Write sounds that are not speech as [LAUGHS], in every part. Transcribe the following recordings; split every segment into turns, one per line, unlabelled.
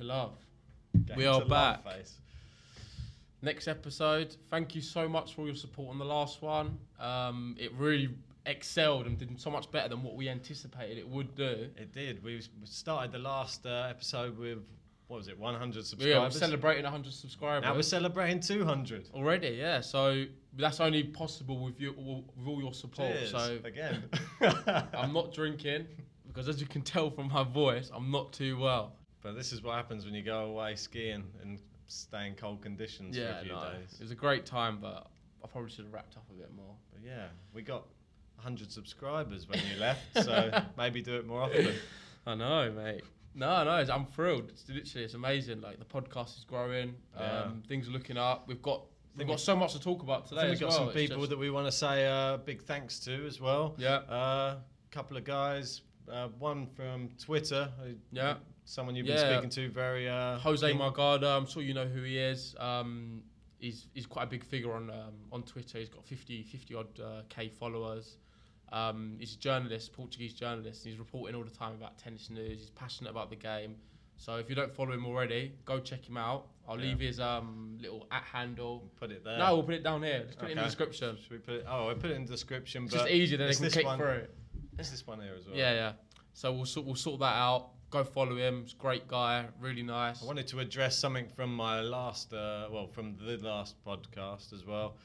love.
Going
we are
to love
back.
face.
Next episode. Thank you so much for all your support on the last one. Um, it really excelled and did so much better than what we anticipated it would do.
It did. We s- started the last uh, episode with what was it, 100 subscribers.
Yeah, we're celebrating 100 subscribers.
Now we're celebrating 200.
Already, yeah. So that's only possible with you, with all your support.
Cheers
So [LAUGHS]
again. [LAUGHS]
I'm not drinking [LAUGHS] because, as you can tell from my voice, I'm not too well.
But this is what happens when you go away skiing and stay in cold conditions for
Yeah,
a few
no, it
days.
was a great time, but I probably should have wrapped up a bit more.
But yeah, we got 100 subscribers when you left, [LAUGHS] so maybe do it more often.
I know, mate. No, no, it's, I'm thrilled. It's literally, it's amazing. Like the podcast is growing,
Yeah.
um, things are looking up. We've got we've
Think we-
got so much to talk about
I
today. as
think we've got
well.
some
It's
people
just-
that we want to say a big thanks to as well.
yeah,
A couple of guys, uh, one from Twitter, who-
yeah.
someone you've
Yeah.
been speaking to very. Uh,
Jose
in-
Margada, I'm sure you know who he is. Um, he's he's quite a big figure on um, on Twitter. He's got 50 50 odd uh, k followers. Um, he's a journalist, Portuguese journalist. And he's reporting all the time about tennis news. He's passionate about the game. So if you don't follow him already, go check him out. I'll
Yeah.
leave his um, little at handle.
Put it there.
No, we'll put it down here. Let's put it in the
Okay.
description.
Should we put it? Oh, I put it in the description.
It's
but
just easier than they
it's
can
this
click
one.
through.
It's this one here as well.
Yeah, yeah. So we'll sort we'll sort that out. Go follow him. He's a great guy, really nice.
I wanted to address something from my last, uh, well, from the last podcast as well.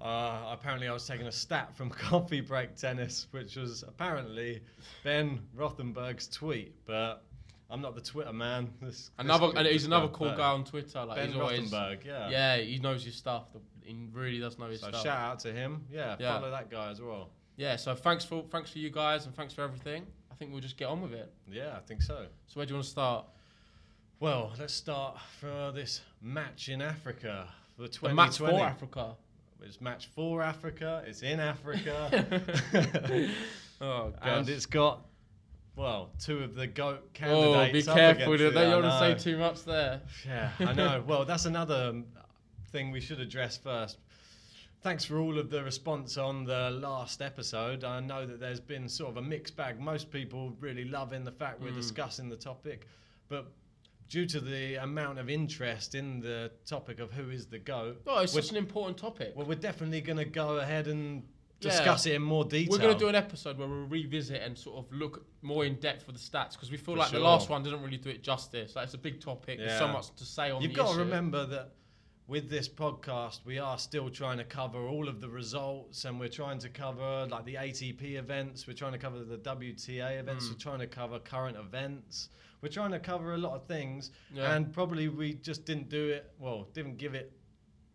Uh, apparently, I was taking a stat from [LAUGHS] Coffee Break Tennis, which was apparently Ben Rothenberg's tweet, but I'm not the Twitter man. [LAUGHS] This,
Another
this-
and he's
this
another
guy,
cool
Ben.
guy on Twitter. Like
Ben
he's always
Rothenberg, yeah.
yeah, he knows his stuff. The- He really does know his
So
stuff.
shout out to him. Yeah,
Yeah.
follow that guy as well.
Yeah, so thanks for thanks for you guys and thanks for everything. I think we'll just get on with it.
Yeah, I think so.
So where do you want to start?
Well, let's start for this match in Africa for
The
2020.
match for [LAUGHS] Africa.
It's match for Africa. It's
[LAUGHS]
in Africa.
Oh god.
and it's got well two of the goat
Oh, be
candidates. up
careful!
against
Don't
it. I
you want to
know.
say too much there?
Yeah, I know. Well, that's another um, thing we should address first. Thanks for all of the response on the last episode. I know that there's been sort of a mixed bag. Most people really loving the fact we're
Mm.
discussing the topic, but due to the amount of interest in the topic of who is the goat,
No, it's
we're,
such an important topic.
well, we're definitely going to go ahead and
Yeah.
discuss it in more detail.
We're going to do an episode where we'll revisit and sort of look more in depth for the stats because we feel
For
like
sure.
the last one didn't really do it justice. Like it's a big topic. There's so
Yeah.
much to say on.
You've
the
got
issue.
to remember that with this podcast, we are still trying to cover all of the results, and we're trying to cover like the ATP events. We're trying to cover the WTA events.
Hmm.
We're trying to cover current events. We're trying to cover a lot of things,
Yeah.
and probably we just didn't do it. Well, didn't give it.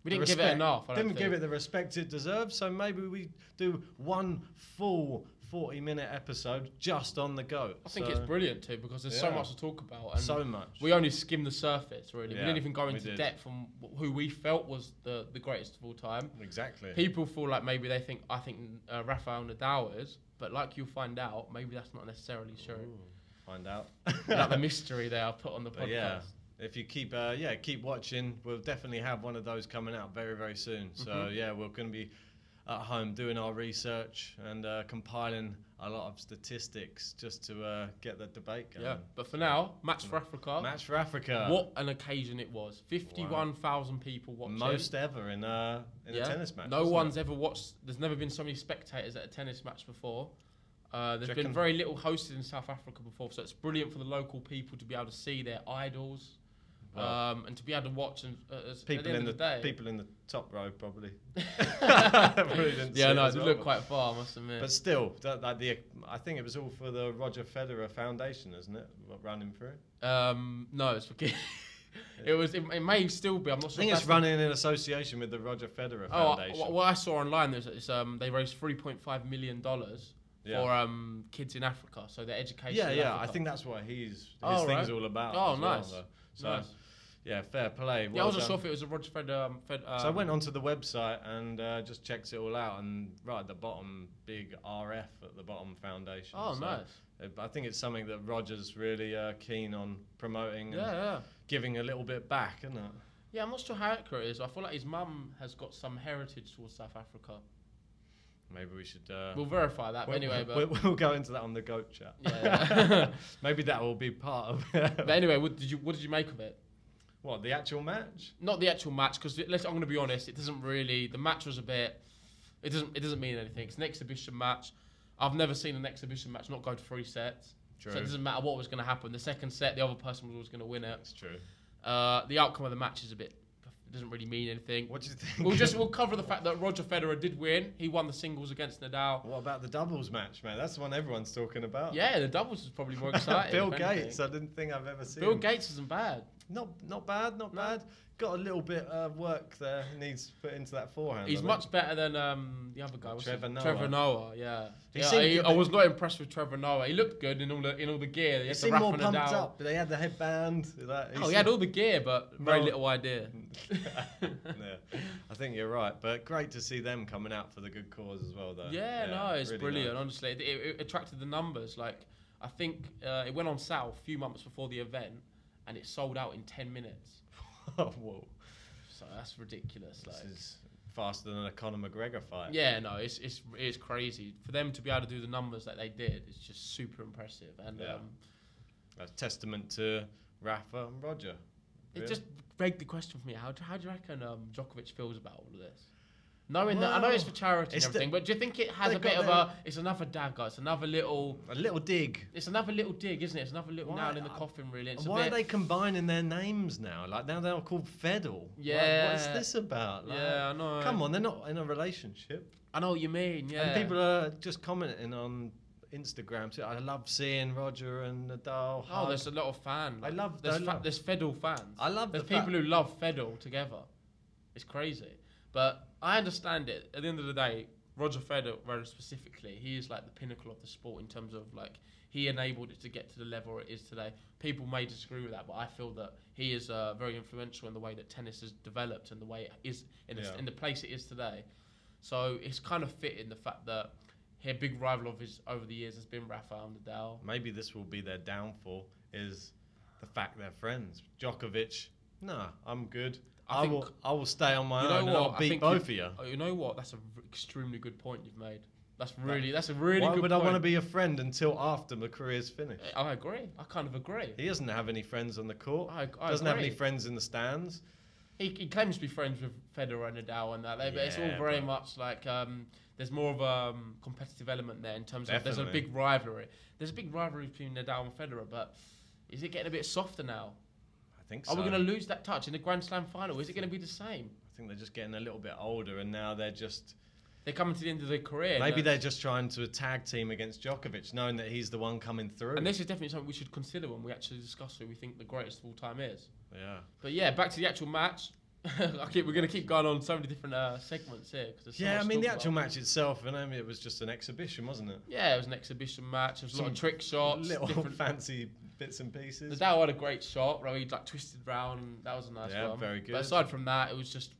we
the
didn't give it
respect-
enough. I don't
didn't give
think.
it the respect it deserves. So maybe we do one full forty-minute episode just on the goat.
I think
So-
it's brilliant too because there's so
Yeah.
much to talk about and
so much.
we only skimmed the surface really. we
Yeah,
didn't even go
we
into
did.
depth on wh- who we felt was the, the greatest of all time.
exactly.
People feel like maybe they think I think uh, Rafael Nadal is, but like you'll find out, maybe that's not necessarily true.
Ooh, find out.
like the mystery they are put on the
But
podcast.
yeah, if you keep uh, yeah keep watching, we'll definitely have one of those coming out very very soon. So
Mhm.
yeah, we're going to be at home doing our research and uh, compiling a lot of statistics just to uh, get the debate
yeah.
going.
But for now, match for Africa.
Match for Africa,
What an occasion it was! Fifty-one thousand people watching.
most ever in a in
Yeah.
a tennis match.
No
isn't it?
one's ever watched. There's never been so many spectators at a tennis match before. Uh, there's been
reckon-
very little hosted in South Africa before, so it's brilliant for the local people to be able to see their idols,
Well-
um, and to be able to watch. And uh, as- at
people
the end
in the,
of the day,
people in the top row
[LAUGHS]
probably. [LAUGHS] Really didn't see
yeah,
it
no,
as
it
well,
looked
but-
quite far, I must admit.
But still, that, that the I think it was all for the Roger Federer Foundation, isn't it? What, Running through.
um, no, it's [LAUGHS] okay. it was. It, it may still be. I'm not
I
sure.
think
if that's
it's
the-
running in association with the Roger Federer
Oh,
Foundation.
what, what I saw online is it's, um, they raised 3.5 million dollars
Yeah.
for um, kids in Africa, so their education.
Yeah,
in
yeah. I
Africa.
think that's what he's his
Oh,
thing's
right.
all about.
Oh,
as well,
nice.
though. so
Nice.
yeah, fair play.
Yeah, I
well
wasn't sure
done.
if it was a Roger Federer. Um, Fed, um,
so I went onto the website and uh, just checked it all out, and right at the bottom, big RF at the bottom foundation.
Oh,
So
nice.
it- I think it's something that Roger's really uh, keen on promoting
Yeah,
and
yeah.
giving a little bit back, isn't it?
Yeah, I'm not sure how accurate it is. I feel like his mum has got some heritage towards South Africa.
Maybe we should. Uh,
We'll verify that. But
we'll-
anyway,
we'll,
but,
we'll go into that on the goat chat.
Yeah, yeah.
[LAUGHS] Maybe that will be part of.
but anyway, what did you what did you make of it?
what the actual match?
Not the actual match, because let's. I'm going to be honest. It doesn't really. The match was a bit. It doesn't. It doesn't mean anything. It's an exhibition match. I've never seen an exhibition match not go to three sets. So it doesn't matter what was going to happen. The second set, the other person was always going to win it.
That's true.
Uh, the outcome of the match is a bit. It doesn't really mean anything.
What do you think?
We'll just we'll cover the fact that Roger Federer did win. He won the singles against Nadal.
[LAUGHS] What about the doubles match, man? That's the one everyone's talking about.
Yeah, the doubles was probably
[LAUGHS]
more exciting.
Bill
if anything.
Gates. I didn't think I've ever seen.
Bill
him.
Gates isn't bad.
Not not bad, not
No.
bad. Got a little bit of work there. Needs put into that forehand. I
He's
think.
much better than um, the other guy. what's his-
Trevor Noah.
Trevor Noah, yeah.
He
yeah
seemed
he-
a
I
bit-
was not impressed with Trevor Noah. He looked good in all the in all the gear. He
He
had the
seemed more
Rafa
pumped
Nadal.
up. They had the headband. That,
Oh, he had all the gear, but very
No.
little idea.
[LAUGHS] yeah, I think you're right. But great to see them coming out for the good cause as well, though.
Yeah, no, it's
really
brilliant.
nice.
Honestly, it, it, it attracted the numbers. Like I think uh, it went on sale a few months before the event, and it sold out in ten minutes.
[LAUGHS] Whoa,
So that's ridiculous.
this
Like,
is faster than a Conor McGregor fight.
yeah, no, it's it's it's crazy for them to be able to do the numbers that they did. It's just super impressive, and
Yeah.
um,
That's testament to Rafa and Roger.
it
Really?
just begged the question for me: How do, how do you reckon um, Djokovic feels about all of this? Knowing that I know it's for
Well,
charity and
it's the-
everything, but do you think it has
they
a bit
got
of a? It's another dagger. It's another little.
a little dig.
It's another little dig, isn't it? It's another little
Why-
nail in the
I-
coffin, really. It's a
Why
bit-
are they combining their names now? Like now they're called Fedel. Like, what's
Yeah.
this about? Like,
Yeah, I know.
Come on, they're not in a relationship.
I know what you mean. Yeah.
And people are just commenting on Instagram. So I love seeing Roger and
oh,
Nadal. hug.
there's a lot of fans.
I love-
There's,
I love-
there's Fedal fans.
I love the
There's people
fact-
who love Fedal together. It's crazy, but I understand it. At the end of the day, Roger Federer specifically, he is like the pinnacle of the sport in terms of like he enabled it to get to the level it is today. People may disagree with that, but I feel that he is uh, very influential in the way that tennis has developed and the way it is in the,
Yeah.
in the place it is today. So it's kind of fitting the fact that a big rival of his over the years has been Rafael Nadal.
Maybe this will be their downfall. Is the fact they're friends. Djokovic. Nah, I'm good.
I
I,
think-
will. I will stay on my own. And I'll
I
beat
think
both of you.
Oh, you know what? That's an extremely good point you've made. That's really that's a really
Why
good
would
point.
I want to be a friend until after my career's finished?
I agree. I kind of agree.
He doesn't have any friends on the court.
I- I
doesn't have any
agree.
friends in the stands.
He, he claims to be friends with Federer and Nadal and that, they- but it's all
Yeah,
very
but-
much like um, there's more of a um, competitive element there in terms of there's a
Definitely.
big rivalry. There's a big rivalry between Nadal and Federer, but is it getting a bit softer now?
I think so.
Are we going to lose that touch in the Grand Slam final? Is it going to be the same?
I think they're just getting a little bit older, and now they're just
They're coming to the end of their career. and
maybe
they're-
they're just trying to tag team against Djokovic, knowing that he's the one coming through.
And this is definitely something we should consider when we actually discuss who we think the greatest of all time is.
yeah,
But yeah, back to the actual match. [LAUGHS] I keep, we're going to keep going on so many different uh, segments here. 'cause there's so
yeah.
much
I
to
mean, the
talk
actual
about.
match itself, and I mean, it was just an exhibition, wasn't it?
Yeah, it was an exhibition match. There was a lot
Some
of trick shots.
little [LAUGHS]
different-
fancy bits and pieces.
Nadal had a great shot. where he like twisted round. and That was a nice
Yeah,
one.
very good.
But aside from that, it was just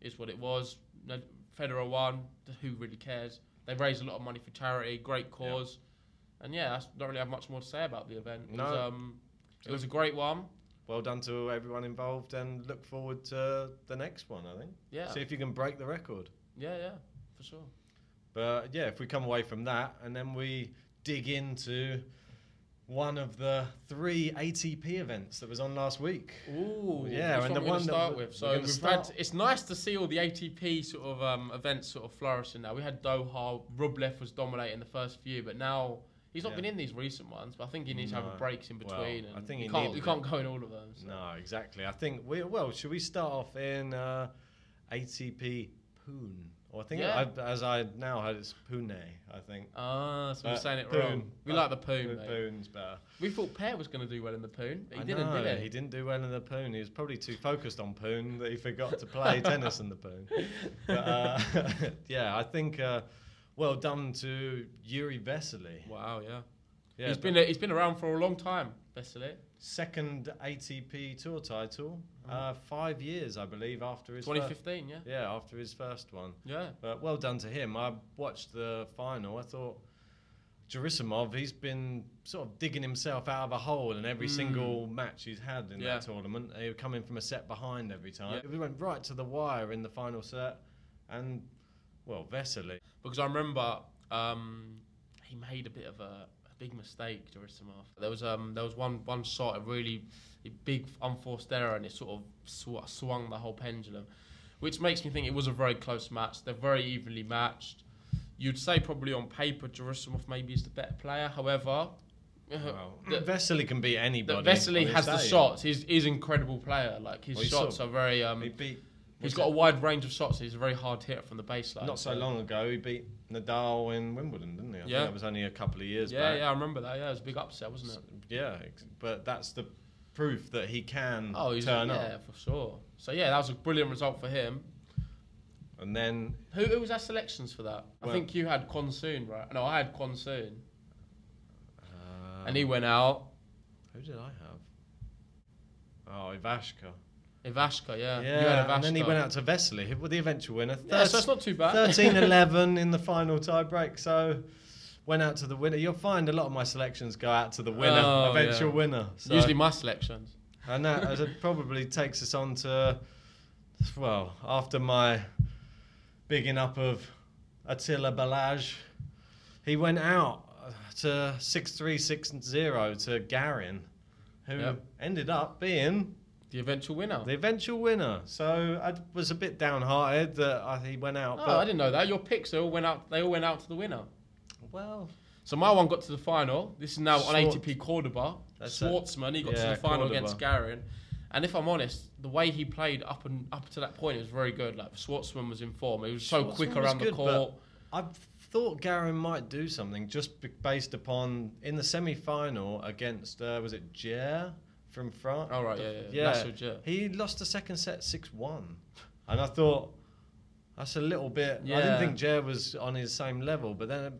is what it was. No, Federer won. Who really cares? They raised a lot of money for charity. Great cause. And yeah, I s- don't really have much more to say about the event. It was,
No.
um, it was a great one.
Well done to everyone involved, and look forward to the next one. I think.
Yeah.
See if you can break the record.
Yeah, yeah, for sure.
But yeah, if we come away from that and then we dig into one of the three ATP events that was on last week.
Ooh,
Yeah,
which
and the
we're gonna
one that
start
we-
with.
we're
So
gonna
we've
start-
had. It's nice to see all the ATP sort of um, events sort of flourishing now. We had Doha. Rublev was dominating the first few, but now he's not
Yeah.
been in these recent ones. But I think he needs to
No.
have breaks in
Well,
between.
I
and
think
you
he
can't
needed
you
it.
can't go in all of them. So.
No, exactly. I think we well, should we start off in uh, ATP Pune? Or I think
Yeah.
I, as I now heard it's Pune, I think.
Ah, so
Uh,
we're saying it
Pune.
wrong. We
Uh,
like the poon. mate.
Pune's better.
We thought Pear was going to do well in the poon, but he
I
didn't,
know,
did
He
[LAUGHS] he?
didn't do well in the Pune. He was probably too focused on Pune that he forgot
[LAUGHS]
to play tennis in the Pune. But, uh, [LAUGHS] yeah, I think uh, well done to Yuri Vesely.
Wow, yeah.
Yeah,
he's
but
been he's been around for a long time, Vesely.
second ATP Tour title, uh,
Mm-hmm.
five years I believe after his first,
2015, yeah,
yeah after his first one.
yeah.
But well done to him. I watched the final. I thought Jurisimov, he's been sort of digging himself out of a hole in every
Mm.
single match he's had in
Yeah.
that tournament. He would come in from a set behind every time.
Yeah.
It went right to the wire in the final set, and well, Vesely.
because I remember um, he made a bit of a, a big mistake Gerasimov. There was um, there was one one shot a really big unforced error and it sort of sw- swung the whole pendulum, which makes me think it was a very close match. They're very evenly matched. You'd say probably on paper Gerasimov maybe is the better player. However, Uh-huh.
Well,
the-
Vesely can beat
that
anybody.
Vesely
on
has
his
the
day.
shots. He's he's an incredible player. Like his
Well, you
shots
saw-
are very. Um,
He beat.
he's
was
got a
it-
wide range of shots. He's a very hard hitter from the baseline.
Not so long ago, he beat Nadal in Wimbledon, didn't he? I
Yeah.
think that was only a couple of years
Yeah,
back.
yeah, I remember that. Yeah, it was a big upset, wasn't it?
Yeah, ex- but that's the proof that he can
Oh, he's
turn
yeah,
up.
for sure. So yeah, that was a brilliant result for him.
And then
Who, who was our selections for that? I
Well-
think you had Kwon Soon, right? No, I had Kwon Soon,
uh,
and he went out.
Who did I have? Oh, Ivashka.
Ivashka, yeah.
Yeah,
you had Ivashka.
and then he went out to Vesely, who were the eventual winner.
Yeah, so it's not too bad.
13-11 in the final tiebreak, so went out to the winner. You'll find a lot of my selections go out to the winner,
Oh,
eventual
yeah.
winner.
[LAUGHS]
So.
Usually my selections.
and that as it probably takes us on to, well, after my bigging up of Attila Balaj, he went out to 6-3, 6-0 to Garin, who
Yep.
ended up being
The eventual winner.
the eventual winner. So I d- was a bit downhearted that I, he went out.
No,
but
Oh, I didn't know that. Your picks they all went out. They all went out to the winner.
Well,
So my one got to the final. This is now on
Swart-
ATP Cordoba.
That's it.
Schwartzman, he got to
Yeah,
the final
Cordoba.
against Garin. And if I'm honest, the way he played up and up to that point was very good. Like Schwartzman was in form. He was so
Schwartzman
quick
was
around the
good, but
court.
I thought Garin might do something just b- based upon in the semi-final against uh, was it Jair from France?
All Oh, right, yeah, yeah, yeah. Nasser Jair.
He lost the second set six-one, and I thought that's a little bit. I
Yeah.
didn't think Jair was on his same level, but then it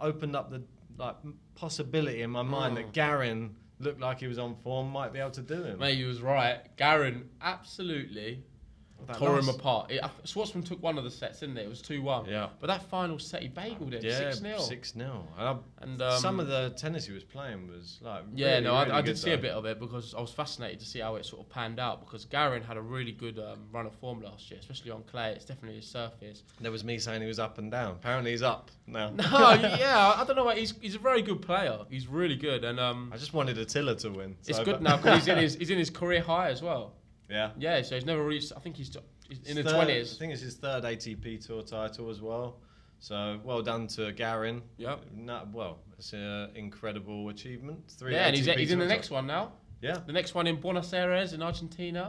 opened up the like m- possibility in my mind
Mm.
that Garin looked like he was on form, might be able to do him.
Mate, he was right. Garin absolutely
That
tore him
last-
apart. It, I- Schwartzman took one of the sets, didn't it? It was 2 1.
Yeah.
But that final set, he bageled it. 6 0.
6 0. And I,
And um,
some of the tennis he was playing was like.
Yeah,
really,
no, I,
really
I
good
did see a
though.
bit of it because I was fascinated to see how it sort of panned out. Because Garin had a really good um, run of form last year, especially on clay. It's definitely his surface. [LAUGHS]
There was me saying he was up and down. Apparently he's up now.
No, yeah, I don't know. Why. He's he's a very good player. He's really good, and um,
[LAUGHS] I just wanted Attila to win.
it's
so-
good now because
[LAUGHS]
he's in his he's in his career high as well.
yeah.
Yeah, so he's never reached. I think he's, t- he's in
His
the
third- I
twenties.
think it's his third ATP Tour title as well. So well done to Garin.
Yep.
Not, well, it's an incredible achievement. Three
Yeah, and he's,
ATP
he's in the
Tour
next
titles.
one now.
Yeah,
The next one in Buenos Aires in Argentina.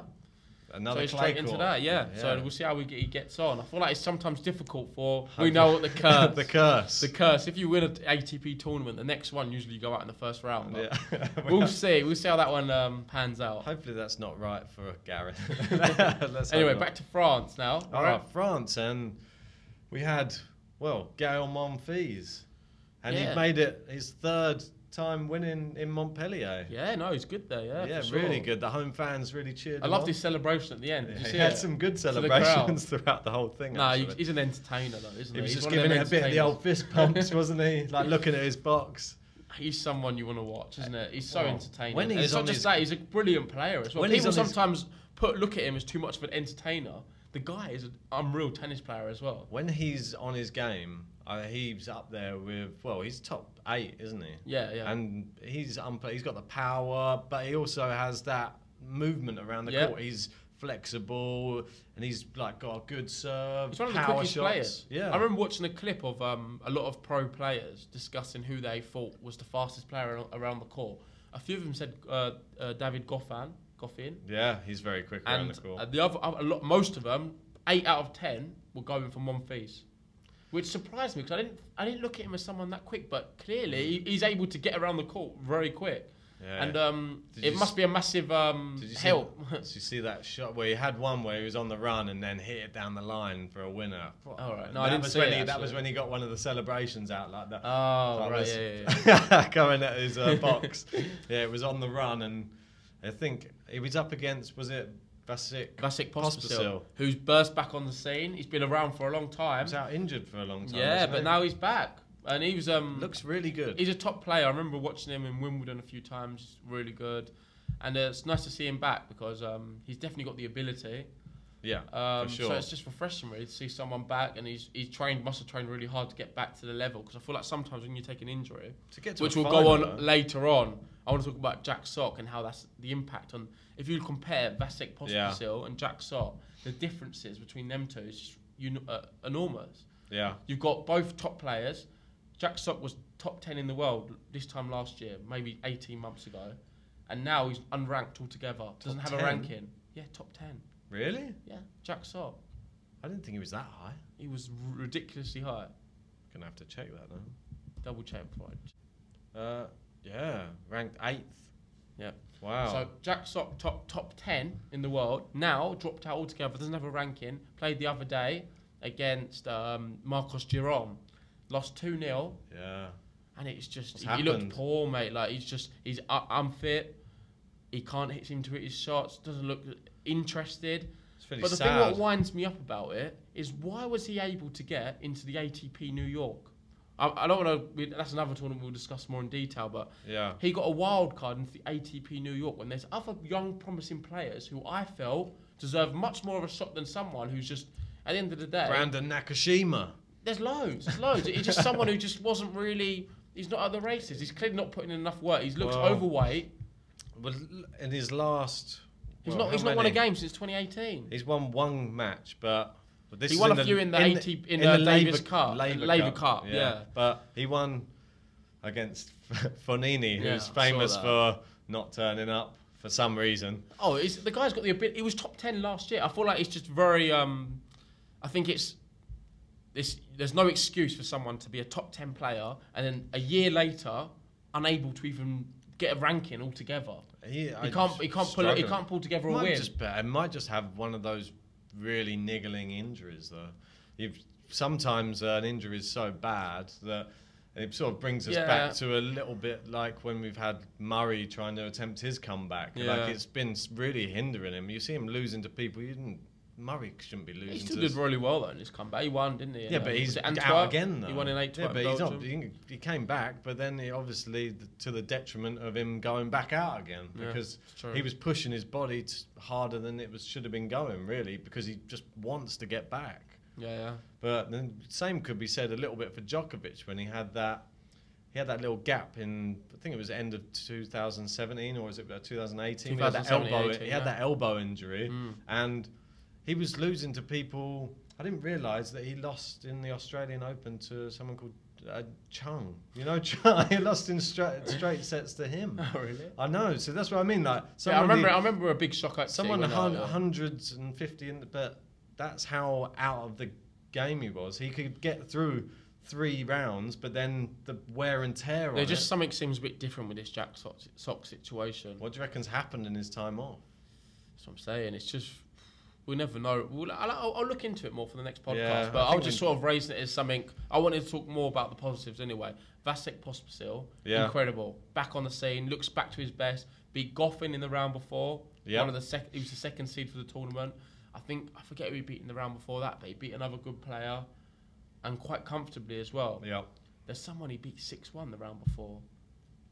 another
so he's
clay
straight into
court.
that. Yeah. So we'll see how we get, he gets on. I feel like it's sometimes difficult for we
Hopefully-
know what the curse.
[LAUGHS] the curse.
The curse. If you win an ATP tournament, the next one usually you go out in the first round. But
[LAUGHS] Yeah. [LAUGHS]
[LAUGHS] We'll see. We'll see how that one um, pans out.
Hopefully that's not right for [LAUGHS] Gareth. Let's hope
[LAUGHS] Anyway,
not.
back to France now.
All right, France, and we had well Gael Monfils, and
Yeah.
he made it his third time winning in Montpellier.
Yeah, no, he's good there. Yeah,
Yeah,
for
really
sure.
good. The home fans really cheered.
I
him
loved
on.
his celebration at the end. Did you
Yeah,
see
[LAUGHS] he had
it?
some good
the crowd.
celebrations [LAUGHS] throughout the whole thing.
Nah, he-
actually.
he's an entertainer though, isn't he?
he was
He's
just
one of them
giving it a bit of the
entertainers.
old fist pumps, wasn't
[LAUGHS]
he? Like looking at his box.
He's someone you want to watch, isn't it? He's so
Well,
entertaining.
Oh. when
And
he's
it's not
on
just
his-
that he's a brilliant player as well.
When he's
People
on his-
sometimes put look at him as too much of an entertainer. The guy is an unreal tennis player as well.
When he's on his game, uh, he's up there with well, he's top eight, isn't he?
Yeah, yeah.
and he's unpla- he's got the power, but he also has that movement around the
Yeah.
court. He's flexible and he's like got a good serve.
He's one of the
power
quickest
shots.
players.
Yeah,
I remember watching a clip of um, a lot of pro players discussing who they thought was the fastest player ar- around the court. A few of them said uh, uh, David Goffin, Goffin,
Yeah, he's very quick around
and
the court.
uh, the other a lot, most of them, eight out of ten, were going for Monfils, which surprised me because I didn't I didn't look at him as someone that quick, but clearly he- he's able to get around the court very quick,
yeah.
and um,
Did you
it
s-
must be a massive um,
did you see,
help.
[LAUGHS] did you see that shot where he had one where he was on the run and then hit it down the line for a winner?
[LAUGHS] All right,
And
no, I
that
didn't
was
see
when
it,
he, that was
actually.
when he got one of the celebrations out like that.
Oh
That
right,
was-
yeah, yeah, yeah.
[LAUGHS] coming at
[LAUGHS]
his uh, box. yeah, it was on the run, and I think he was up against was it Vasic?
Vasek
Pospisil.
Pospisil, who's burst back on the scene. He's been around for a long
He
time.
was out injured for a long time.
Um, Yeah,
wasn't
but
he?
now he's back, and he was um
looks really good.
he's a top player. I remember watching him in Wimbledon a few times, really good, and uh, it's nice to see him back because um he's definitely got the ability.
Yeah,
Um,
for sure.
So it's just refreshing really to see someone back, and he's he's trained, must have trained really hard to get back to the level. Because I feel like sometimes when you take an injury,
to get to
which
a
we'll go on
final, though.
later on, I want to talk about Jack Sock and how that's the impact on. If you compare Vasek Pospisil and Jack Sock, the differences between them two is just un- uh, enormous.
Yeah,
You've got both top players. Jack Sock was top 10 in the world this time last year, maybe 18 months ago. And now he's unranked altogether. Doesn't
Top
have a
10?
ranking. Yeah, top 10.
really?
Yeah, Jack Sock.
I didn't think he was that high.
He was r- ridiculously high.
Gonna have to check that now.
Double check before I
Uh, yeah, ranked eighth.
Yep.
Wow.
So Jack Sock top top ten in the world now dropped out altogether. Doesn't have a ranking. Played the other day against um, Marcos Giron, lost two 0
yeah.
and it's just
What's
he, he looked
happened?
poor, mate. Like he's just he's uh, unfit. He can't hit seem to hit his shots. Doesn't look interested.
It's really
but the thing
sad.
what winds me up about it is why was he able to get into the ATP New York? I, I don't want to. That's another tournament we'll discuss more in detail, but.
yeah.
He got a wild card into the ATP New York when there's other young, promising players who I felt deserve much more of a shot than someone who's just, at the end of the day,
Brandon Nakashima.
there's loads, there's loads. He's just someone who just wasn't really, he's not at the races. He's clearly not putting in enough work. He looks
Well,
overweight.
Well, l- in his last,
He's not
well, how
He's not won a
many?
game since 2018.
He's won one match, but, but this
He
is
won
in
a few in the 80 in the Davis Cup- Labour Cup, yeah.
But he won against [LAUGHS] Fonini,
Yeah, I
who's
saw
famous
that.
for not turning up for some reason.
Oh, it's, the guy's got the ability. He was top ten last year. I feel like it's just very. Um, I think it's this. There's no excuse for someone to be a top ten player and then a year later unable to even get a ranking altogether.
He,
He can't. He can't pull. He can't pull together a
might
win.
Just, be- I might just have one of those really niggling injuries though. You've, sometimes uh, an injury is so bad that it sort of brings us
Yeah.
back to a little bit like when we've had Murray trying to attempt his comeback.
Yeah.
Like it's been s- really hindering him. You see him losing to people. You didn't. Murray shouldn't be losing.
he still
to
did really well though in his comeback. He won, didn't he?
yeah, but
Um,
he's
was it
out
Antwerp?
again though.
He won in eight.
Yeah, but he's not. He, he came back, but then he obviously th- to the detriment of him going back out again
Yeah,
because
it's true.
he was pushing his body t- harder than it was should have been going really because he just wants to get back.
Yeah, yeah.
But then same could be said a little bit for Djokovic when he had that. He had that little gap in, I think it was end of 2017 or is it uh, 2018? He had that
2017,
elbow.
18,
he had
yeah.
that elbow injury,
Mm.
and he was losing to people. I didn't realise that he lost in the Australian Open to someone called uh, Chung. You know, [LAUGHS] Chung. he lost in straight, straight sets to
[LAUGHS]
him. [LAUGHS]
Oh, really?
I know. So that's what I mean. Like,
Yeah, I
someone
remember.
he-
I remember a big shock. at City
someone
when I-
hun- hundreds and fifty, in the, but that's how out of the game he was. He could get through three rounds, but then the wear and tear
There's
on
just
it.
something seems a bit different with this Jack Sock, sock situation.
What do you reckon's happened in his time off?
That's what I'm saying. It's just we'll never know. We'll, I'll, I'll, I'll look into it more for the next podcast.
Yeah,
but
I
I'll
think
just
we-
sort of raise it as something. I wanted to talk more about the positives anyway. Vasek Pospisil,
Yeah.
incredible, back on the scene, looks back to his best. Beat Goffin in the round before.
Yeah.
one of the sec- He was the second seed for the tournament. I think I forget who he beat in the round before that, but he beat another good player, and quite comfortably as well.
Yeah, [LAUGHS]
There's someone he beat six one the round before.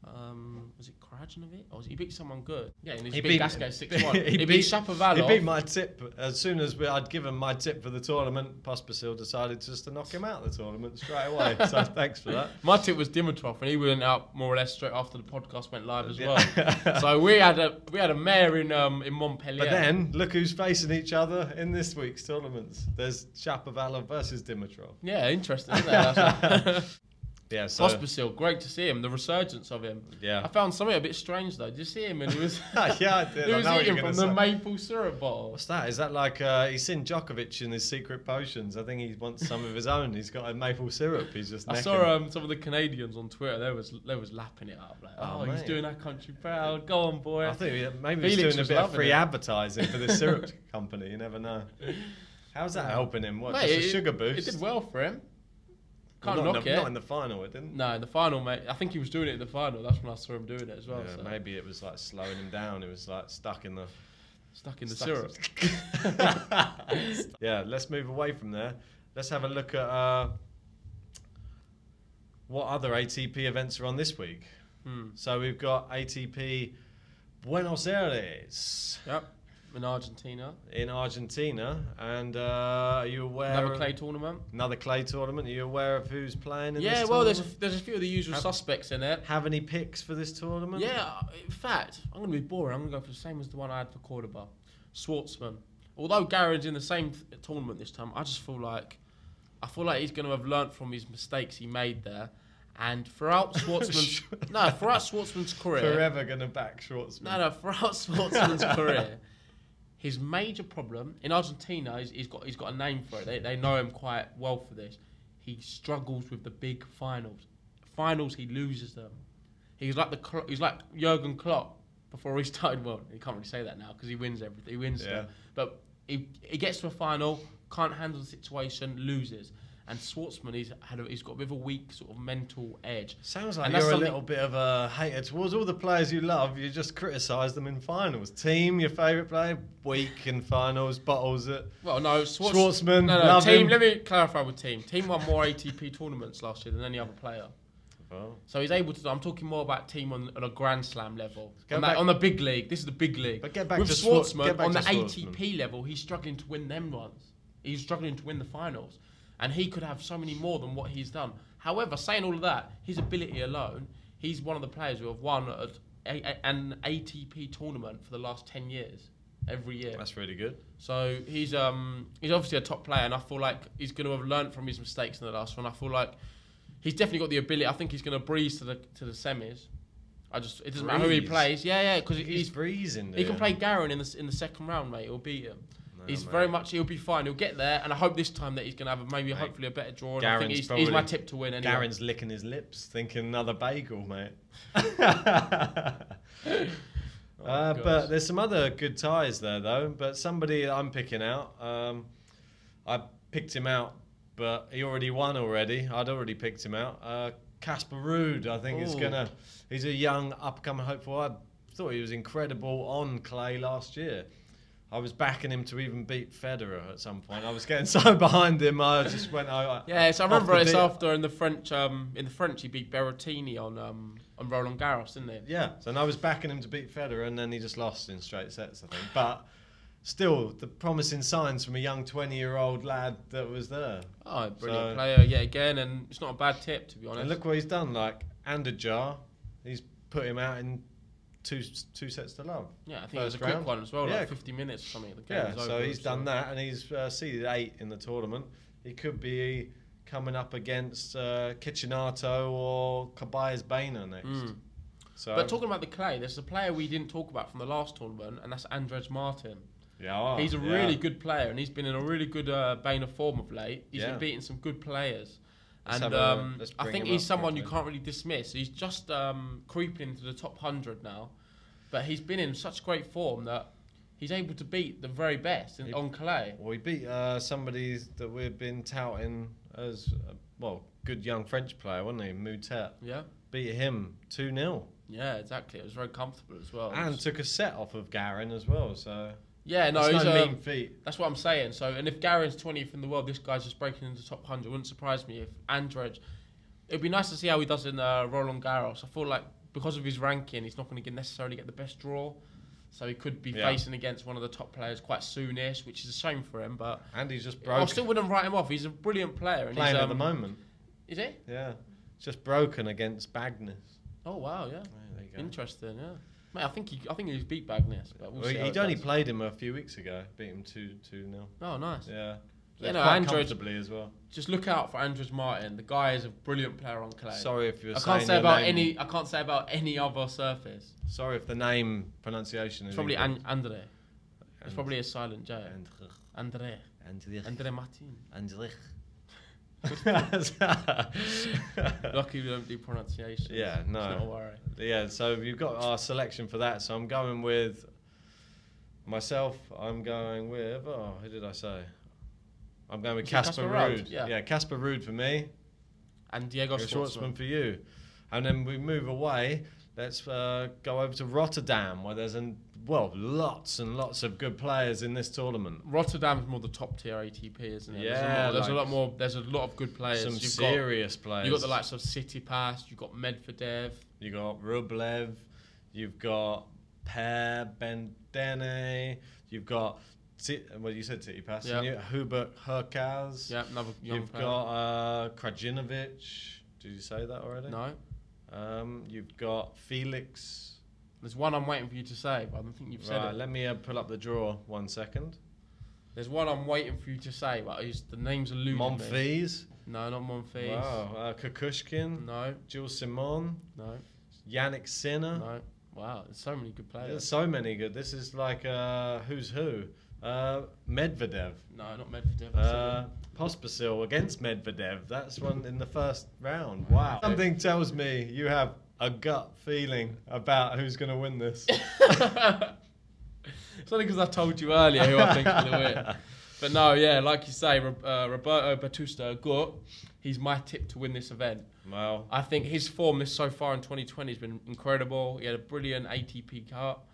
Um, was it Krajinovic? Or was he beat someone good? Yeah, and he, beat
[LAUGHS]
Gasquet six one. He, beat Shapovalov.
He beat my tip as soon as we, I'd given my tip for the tournament. Pospisil decided just to knock him out of the tournament straight
[LAUGHS]
away. so thanks for that.
My tip was Dimitrov, and he went out more or less straight after the podcast went live as well.
Yeah. [LAUGHS]
so we had a we had a mayor in um in Montpellier.
But then look who's facing each other in this week's tournaments. There's Shapovalov versus Dimitrov.
yeah, interesting. Isn't it?
[LAUGHS]
That's-
Yeah, so
Pospisil, great to see him. The resurgence of him.
Yeah.
I found something a bit strange though. Did you see him? And he was
[LAUGHS] yeah, I did.
[LAUGHS] he
I
was
know what
eating
you're
from
gonna
the
say.
maple syrup bottle.
What's that? Is that like uh, he's seen Djokovic in his secret potions? I think he wants some of his own. He's got a maple syrup. He's just.
I
necking.
saw um, some of the Canadians on Twitter. They was they was lapping it up like,
Oh,
oh, he's
mate.
doing our country proud. Go on, boy.
I think yeah, maybe he's
Felix
doing a
was
bit of
loving
free
it.
advertising
[LAUGHS]
for this syrup company. You never know. How's that helping him? What?
Mate,
just a
it-
sugar boost.
It did well for him.
Well,
Can't
not
knock
in the,
it.
Not in the final, it didn't.
No, in the final, mate. I think he was doing it in the final. That's when I saw him doing it as well.
yeah,
so.
Maybe it was like slowing him down. It was like stuck in the.
Stuck in the
Stuck-
syrup.
[LAUGHS] yeah, let's move away from there. Let's have a look at uh, what other ATP events are on this week.
Hmm.
So we've got ATP Buenos Aires.
Yep. in Argentina.
in Argentina. And uh, are you aware?
Another
of-
clay tournament.
another clay tournament. Are you aware of who's playing in
Yeah,
this
well, there's a,
tournament?
there's a few of the usual
Have-
suspects in there.
Have any picks for this tournament? [LAUGHS]
Yeah, in fact, I'm going to be boring. I'm going to go for the same as the one I had for Cordoba, Schwartzman. Although Garrett's in the same th- tournament this time, I just feel like I feel like he's going to have learnt from his mistakes he made there. And throughout Schwartzman's
Sure.
no, throughout Schwartzman's career,
Forever going to back Schwartzman.
no, no, [LAUGHS] throughout Schwartzman's career, his major problem in Argentina is he's got he's got a name for it. They, they know him quite well for this. He struggles with the big finals. Finals he loses them. He's like the Klo- he's like Jurgen Klopp before he [LAUGHS] started. Well, he can't really say that now because he wins everything. He wins
Yeah.
them, but he, he gets to a final, can't handle the situation, loses. And Schwartzman, he's had a, he's got a bit of a weak sort of mental edge.
Sounds like
And that's
you're a
something-
little bit of a hater towards all the players you love. You just criticise them in finals. Team, your favourite player, weak in finals, bottles it.
Well, no, Schwartz,
Schwartzman,
No, no,
love
team.
him.
Let me clarify with team. Team won more ATP tournaments last year than any other player,
Well,
so he's able to. I'm talking more about team on, on a Grand Slam level,
Go
on, that,
back-
on the big league. This is the big league.
But get back
with
to Schwar-
Schwartzman
get back
on
to
the
Schwartzman.
ATP level, he's struggling to win them ones. He's struggling to win the finals, and he could have so many more than what he's done. However, saying all of that, his ability alone, he's one of the players who have won a, a- a- an ATP tournament for the last ten years, every year.
that's really good.
So he's um he's obviously a top player, and I feel like he's going to have learnt from his mistakes in the last one. I feel like he's definitely got the ability. I think he's going to breeze to the to the semis. I just it doesn't matter who he
Breeze?
plays. Yeah, yeah, because
He's,
he's
breezing.
he can
dude.
play Garin in the s- in the second round, mate. He'll beat him.
No,
he's
mate.
very much he'll be fine. He'll get there, and I hope this time that he's going to have a, maybe
Mate,
hopefully a better draw. And I think
Garin's
he's, he's my
probably-
tip to win. Anyway.
Garen's licking his lips, thinking another
[LAUGHS]
bagel, mate. [LAUGHS]
Oh,
Uh,
gosh.
but there's some other good ties there, though. But somebody I'm picking out, um, I picked him out, but he already won already. I'd already picked him out. Uh, Casper Ruud, I think, is
Ooh.
gonna. He's a young, upcoming hopeful. I thought he was incredible on clay last year. I was backing him to even beat Federer at some point. I was getting [LAUGHS] so behind him, I just went. I,
[LAUGHS] yeah, so I
off
remember
the
it's
beat-
after in the French um in the French he beat Berrettini on um on Roland Garros, didn't he?
Yeah, so and I was backing him to beat Federer, and then he just lost in straight sets, I think. But still, the promising signs from a young 20 year old lad that was there.
Oh, brilliant
So-
player yet again, and it's not a bad tip to be honest.
And look what he's done like, and a jar. He's put him out in two two sets to love.
yeah, I think it was a
first
quick
round.
one as well,
Yeah.
like 50 minutes or something. The game
Yeah,
was over,
so he's done that, and he's uh, seeded eight in the tournament. He could be coming up against uh, Kitchenato or Cabayas Bainer next.
Mm.
So,
But talking about the clay, there's a player we didn't talk about from the last tournament, and that's Andres Martin.
yeah, oh,
he's a
yeah.
really good player, and he's been in a really good uh, vein of form of late. He's
Yeah.
been beating some good players.
Let's
and
have a-
um,
let's
I
bring
think
him
he's
up
someone you
quickly.
can't really dismiss. He's just um, creeping into the top 100 now. But he's been in such great form that he's able to beat the very best in,
He-
on clay.
Well, we beat uh, somebody that we've been touting as a, well, good young French player, wasn't he? Moutet
Yeah?
beat him two 0
Yeah, exactly. It was very comfortable as well.
and took a set off of Garin as well. So
Yeah, no,
it's
he's
no
a,
mean feat.
that's what I'm saying. So, and if Garen's 20th in the world, this guy's just breaking into top 100. Wouldn't surprise me if Andrej. It'd be nice to see how he does in uh, Roland Garros. I feel like because of his ranking, he's not going to get necessarily get the best draw. So he could be
Yeah.
facing against one of the top players quite soonish, which is a shame for him. But
And he's just
I
broken
still wouldn't write him off. He's a brilliant player. And
playing
he's,
at the
um,
moment.
Is he?
Yeah, just broken against Bagnas.
Oh wow, yeah.
Oh, there you go.
Interesting, yeah. Mate, I think he, I think he's beat Bagness, but we'll
Well,
see how it
he'd only
goes.
played him a few weeks ago. Beat him two two 0
Oh, nice.
Yeah.
Yeah,
Like,
no,
quite
Android-
comfortably as well.
Just look out for Andres Martin. The guy is a brilliant player on clay.
Sorry if you're
I
saying
can't say
your
about
name-
any. I can't say about any other surface.
Sorry if the name pronunciation
It's
is
probably
incorrect.
An- Andre. It's
And-
probably a silent J.
Andrich.
Andre.
Andrich.
Andre
[LAUGHS]
Martin. [LAUGHS]
Andrich.
Lucky we don't do pronunciation.
Yeah,
It's
no.
not a worry.
yeah, so you've got our selection for that. So I'm going with myself. I'm going with oh, who did I say? I'm going with
You said
Casper
Casper Ruud,
Ruud.
yeah.
yeah, Casper Ruud for me.
And Diego
Chris
Schwartzman.
Schwartzman for you. And then we move away. Let's uh, go over to Rotterdam, where there's an, well lots and lots of good players in this tournament.
Rotterdam's more the top tier ATP, isn't it?
Yeah,
There's a, lot, there's
like-
a lot more. There's a lot of good players.
Some
you've
serious
got
players.
you've got the likes of City Pass. You've got Medvedev.
You got Rublev. You've got Per Bendene. You've got, T- well, you said Titi Pass.
Yeah.
Hubert Herkaz.
Yeah, another young
You've
player.
got uh, Krajinovic. Did you say that already?
no.
Um, you've got Felix.
There's one I'm waiting for you to say, but I don't think you've said
right,
it.
let me uh, pull up the draw one second.
There's one I'm waiting for you to say, but it's, the name's eluding me.
Monfils.
No, not Monfils. Mm.
Wow. Uh, Kukushkin.
No,
Jules Simon.
no,
Yannick Sinner.
no. Wow, there's so many good
There's
players.
so many good. This is like uh, who's who. Uh, Medvedev.
No, not Medvedev.
Uh, Pospisil against Medvedev. That's one in the first round. Wow. Something tells me you have a gut feeling about who's going to win this.
[LAUGHS] it's only because I told you [LAUGHS] earlier who I think is going to win. But no, yeah, like you say, Ro- uh, Roberto Batista Gut, he's my tip to win this event.
[LAUGHS] Well,
I think his form this so far in 2020 has been incredible. He had a brilliant ATP Cup.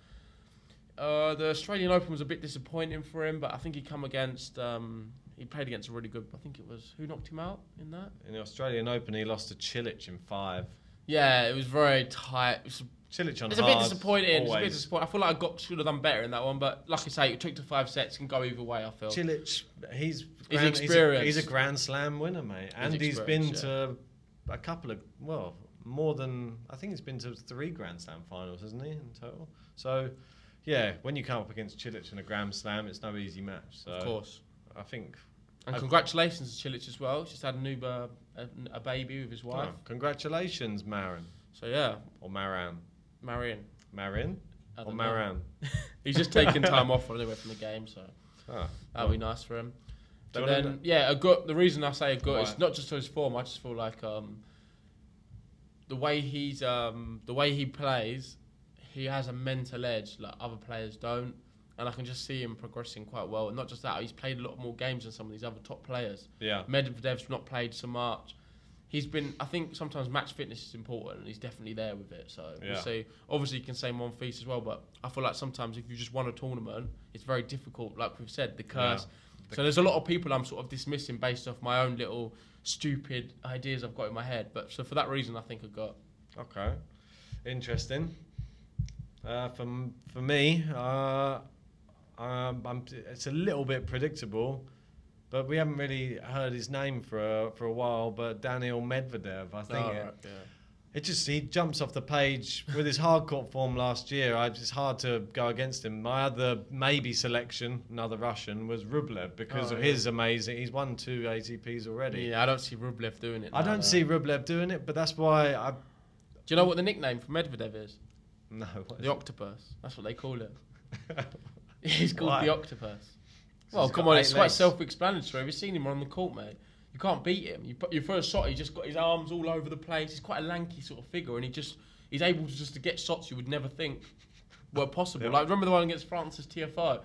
Uh, the Australian Open was a bit disappointing for him, but I think he come against. Um, he played against a really good. I think it was who knocked him out in that.
in the Australian Open, he lost to Chilich in five.
Yeah, it was very tight. It was,
Chilich on
it's a
hard.
bit disappointing. It's a bit
always.
disappointing. I feel like I got should have done better in that one, but like I say, it took to five sets. Can go either way. I feel.
Chilich,
He's
he's grand-
experienced.
He's a, Grand Slam winner, mate, and he's been
experienced,
to a couple of well, more than I think he's been to three Grand Slam finals, hasn't he, in total? So, yeah, when you come up against Chilich in a Grand Slam, it's no easy match. So
Of course.
I think
And
I've-
congratulations to Chilich as well. He's just had a new uh, a, a baby with his wife.
Oh, congratulations, Marin
So yeah,
or Maran,
Marion.
Marin
I
or
don't know.
Maran.
He's just taking time off anyway from the game, so
Ah,
that'll be nice for him. But
Do you wanna
then, yeah, a good, the reason I say a good is
Right.
not just for his form. I just feel like um, the way he's um, the way he plays, he has a mental edge like other players don't, and I can just see him progressing quite well. And not just that, he's played a lot more games than some of these other top players.
yeah,
Medvedev's not played so much. He's been. I think sometimes match fitness is important, and he's definitely there with it. So
Yeah.
we'll see. Obviously, you can say Monfils as well, but I feel like sometimes if you just won a tournament, it's very difficult. Like we've said, the curse. So there's a lot of people I'm sort of dismissing based off my own little stupid ideas I've got in my head. But so for that reason, I think I got.
Okay, interesting. Uh, for m- for me, uh, um, I'm, it's a little bit predictable, but we haven't really heard his name for a, for a while. But Daniel Medvedev, I think
Oh,
it,
right, yeah.
it just he jumps off the page with his hard court form last year. I, it's hard to go against him. My other maybe selection, another Russian, was Rublev because
Oh,
of
yeah.
his amazing. He's won two ATPs already.
Yeah, I don't see Rublev doing it.
I
now,
don't
though.
see Rublev doing it, but that's why I [LAUGHS]
Do you know what the nickname for Medvedev is?
no. what is [LAUGHS]
The octopus. That's what they call it. He's called
Why?
the octopus.
So
Well,
he's
come
got
on,
eight
it's quite
legs.
self-explanatory. Have you seen him on the court, mate? You can't beat him. You put your first shot, he just got his arms all over the place. He's quite a lanky sort of figure, and he just he's able to just to get shots you would never think were possible.
Yeah.
Like remember the one against Francis TFO,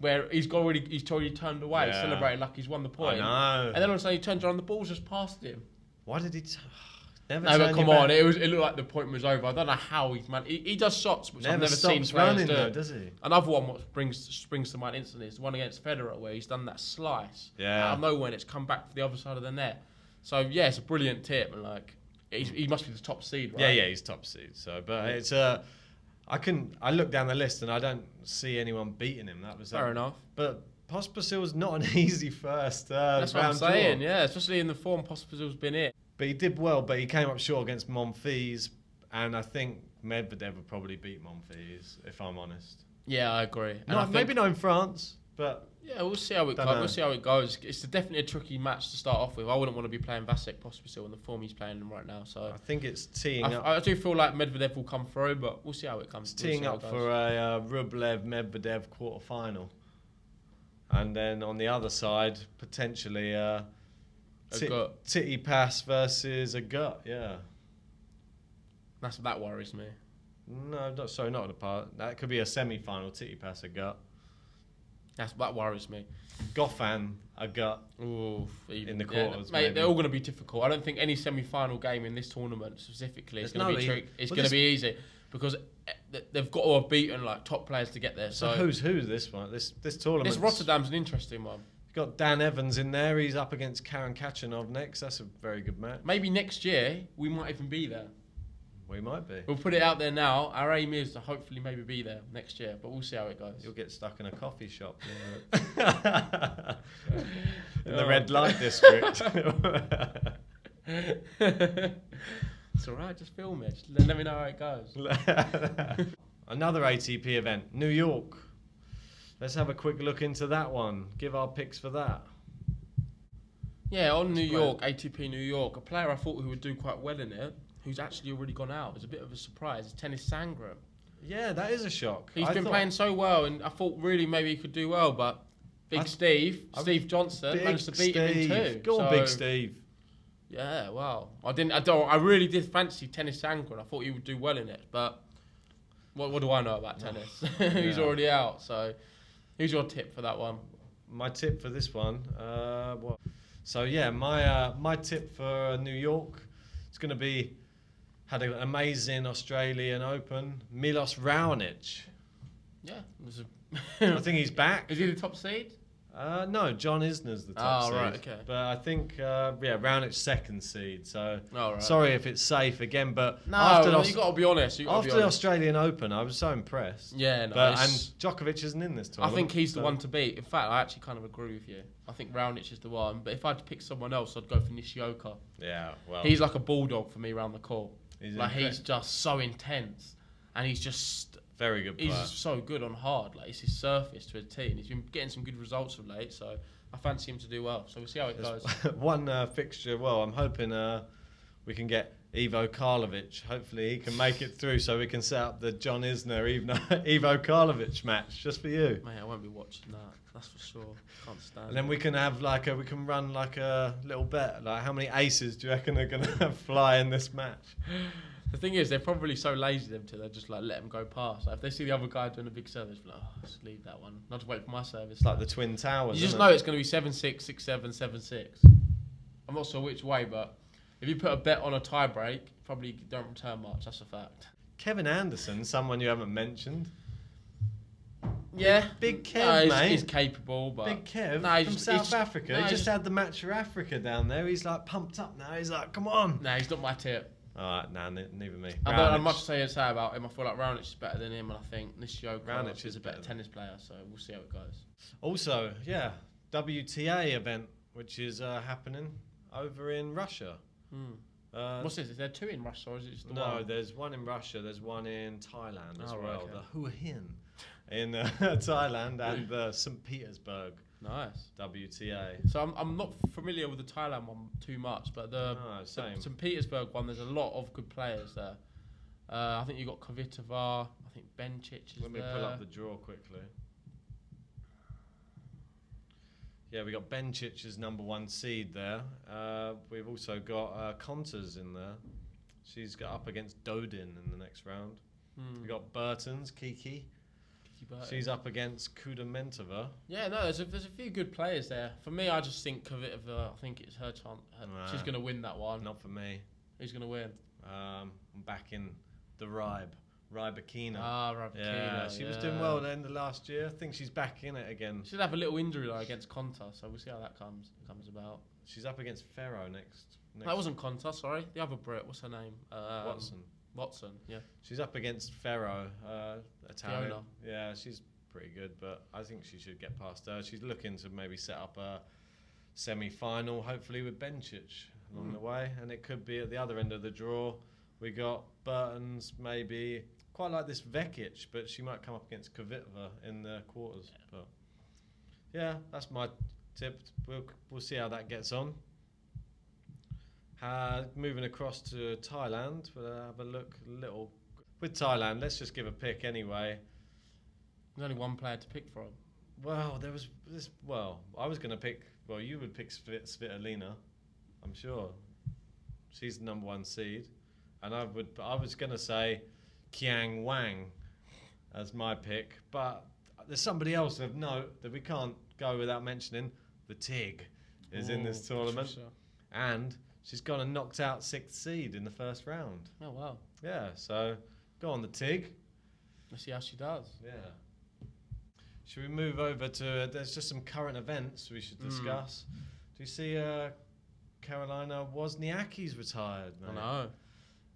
where he's got already he's already turned away,
Yeah.
celebrating like he's won the point.
I know.
And then all of a sudden he turns around, the ball's just past him.
Why did he? T- [SIGHS] never.
No,
turn
but
your
come
back.
on, it was it looked like the point was over. I don't know how he's man. He, he does shots which I've
never
never seen
stops
players
running
do.
though, does he?
Another one what brings springs to mind instantly is the one against Federer where he's done that slice
Yeah.
out of nowhere and it's come back to the other side of the net. So yeah, it's a brilliant tip and like he's, he must be the top seed, right?
Yeah, yeah, he's top seed. So, but it's Uh, I couldn't. I looked down the list and I don't see anyone beating him. That was
Fair
that.
enough.
But Pospisil's not an [LAUGHS] easy first. Uh,
That's what I'm
round draw.
saying. Yeah, especially in the form Pospisil's been in.
But he did well. But he came up short against Monfils, and I think Medvedev would probably beat Monfils if I'm honest.
Yeah, I agree. And
No,
I think-
maybe not in France, but
Yeah, we'll see how it
Dunno.
goes. We'll see how it goes. It's definitely a tricky match to start off with. I wouldn't want to be playing Vasek Pospisil in the form he's playing in right now. So
I think it's teeing
I,
up.
I do feel like Medvedev will come through, but we'll see how it comes.
It's
We'll see
teeing
how
up
it goes.
for a uh, Rublev Medvedev quarter final, and then on the other side potentially uh,
A
Ti-
gut.
Titty Pass versus a gut. Yeah,
That's that worries me.
no, not, sorry, not in a part. That could be a semi final. Titty Pass a gut.
That's that worries me.
Goffan a gut.
Oof, even,
In the
yeah,
quarters,
mate.
maybe.
They're all going to be difficult. I don't think any semi-final game in this tournament specifically is
There's
going to
no
be
ea-
trick. It's
well,
going
this-
to be easy because eh, th- they've got to have beaten like top players to get there.
So,
So,
who's who this one? This this tournament.
this Rotterdam's an interesting one.
Got Dan Evans in there. He's up against Karen Kachanov next. That's a very good match.
Maybe next year we might even be there.
We might be.
We'll put it out there now. Our aim is to hopefully maybe be there next year, but we'll see how it goes.
You'll get stuck in a coffee shop in the, in
Oh,
the red light
[LAUGHS]
district. [LAUGHS]
it's all right. Just film it. Just let, let me know how it goes.
Another ATP event, New York. Let's have a quick look into that one. Give our picks for that.
Yeah, on New
Explain.
York, ATP New York, a player I thought who would do quite well in it, who's actually already gone out, was a bit of a surprise. Is Tennis Sangram.
Yeah, that is a shock.
He's
I
been
thought-
playing so well, and I thought really maybe he could do well, but Big
I-
Steve,
I-
Steve Johnson,
Big
managed to beat him in two.
Steve. Go on,
So,
Big Steve.
Yeah, wow. I didn't. I don't. I really did fancy Tennis Sangren. I thought he would do well in it, but what, what do I know about tennis? [LAUGHS] he's
Yeah.
already out. So, who's your tip for that one?
my tip for this one. Uh, what? So yeah, my uh, my tip for New York, it's going to be had an amazing Australian Open. Milos Raonic.
[LAUGHS] Yeah, it was
I
a- [LAUGHS]
think he's back.
is he the top seed?
Uh, no, John Isner's the top
Oh,
seed.
right, okay.
But I think uh, yeah, Raonic's second seed. So
All right.
sorry if it's safe again, but
No,
after, the,
well,
Aus-
you got to be honest. You got to
after
be
the
honest.
Australian Open, I was so impressed.
Yeah, no,
But and
it's-
Djokovic isn't in this
I
tournament.
think he's the
so-
one to beat. In fact, I actually kind of agree with you. I think Raonic is the one. But if I had to pick someone else, I'd go for Nishioka.
Yeah, well,
He's like a bulldog for me round the court.
Oh. He's
like
incre-
he's just so intense, and he's just
very good player. [LAUGHS]
he's just so good on hard. Like it's his surface to a tee, and he's been getting some good results of late. So I fancy him to do well. So we'll see how it
There's
goes.
one uh, fixture. Well, I'm hoping uh, we can get Ivo Karlovic. Hopefully, he can make it through, so we can set up the John Isner Ivo- [LAUGHS] Ivo Karlovic match just for you.
Mate, I won't be watching that. That's for sure. Can't stand.
And then we can have like a we can run like a little bet. Like, how many aces do you reckon are gonna [LAUGHS] fly in this match?
The thing is, they're probably so lazy them two. They just like let him go past. Like, if they see the other guy doing a big service, like, oh, just leave that one. Not to wait for my service.
It's like the Twin Towers.
You just
isn't
know
it?
it's going to be seven six six seven seven six. I'm not sure which way, but if you put a bet on a tie break, probably don't return much. That's a fact.
Kevin Anderson, someone you haven't mentioned.
Yeah,
Big Kev,
no, he's,
mate.
He's capable, but
Big Kev
No, he's
from
just-
South
he's-
Africa.
no,
he
he's
just
just-
had the match for Africa down there. He's like pumped up now. He's like, come on.
nah, he's not my tip.
All right, nah, ne- neither me.
I don't
Raonic.
have much to say and say about him. I feel like Raonic is better than him, and I think Nishio
Raonic
Raonic
is
is a better
better.
tennis player. So we'll see how it goes.
Also, yeah, WTA event, which is uh, happening over in Russia.
Hmm.
Uh,
What's this? Is there two in Russia, or is it just the
no,
one?
there's one in Russia, there's one in Thailand as
Oh, right,
well.
okay.
The Hua Hin in uh, [LAUGHS] Thailand and uh, St. Petersburg
Nice.
WTA.
So I'm, I'm not familiar with the Thailand one too much, but the
No,
the
Ah, same.
St Petersburg one, there's a lot of good players there. Uh, I think you got Kvitova. I think Benchich is
Let me
there.
pull up the draw quickly. Yeah, we got Benchich as number one seed there. Uh, we've also got uh, Contas in there. She's got up against Dodin in the next round.
Hmm,
We got Burton's Kiki.
Kiki Bertens.
She's up against Kudamentova.
Yeah, no, there's a, there's a few good players there. For me, I just think Kvitova. I think it's her chance. her-
Nah.
She's gonna win that one.
Not for me.
Who's gonna win?
Um, I'm back in the Ribe. Rybakina.
Ah, Rabakina.
yeah, she was doing
yeah.
well at the end of last year. I think she's back in it again.
She'll have a little injury though against Conta, so we'll see how that comes comes about.
She's up against Ferro next. next
That wasn't Conta, sorry. The other Brit. What's her name? Um,
Watson.
Watson. Yeah.
She's up against Ferro, uh, Italian.
Fiona.
Yeah, she's pretty good, but I think she should get past her. She's looking to maybe set up a semi-final, hopefully with Benchich along
Hmm.
the way, and it could be at the other end of the draw. We got Burton's maybe quite like this Vekic, but she might come up against Kvitova in the quarters. But yeah, that's my tip. We'll we'll see how that gets on. Uh, moving across to Thailand, we'll have a look a little with Thailand. Let's just give a pick anyway.
There's only one player to pick from.
Well, there was this. Well, I was going to pick. Well, you would pick Svit- Svitolina, I'm sure. She's the number one seed, and I would. I was going to say Kiang Wang as my pick, but there's somebody else of note that we can't go without mentioning. The Tig is in this
Ooh,
tournament,
Patricia.
and she's gone and knocked out sixth seed in the first round.
Oh wow.
Yeah, so go on the Tig.
Let's see how she does.
Yeah. Should we move over to? There's just some current events we should
Mm.
discuss. Do you see uh, Carolina Wozniacki's retired?
I
Mate?
know.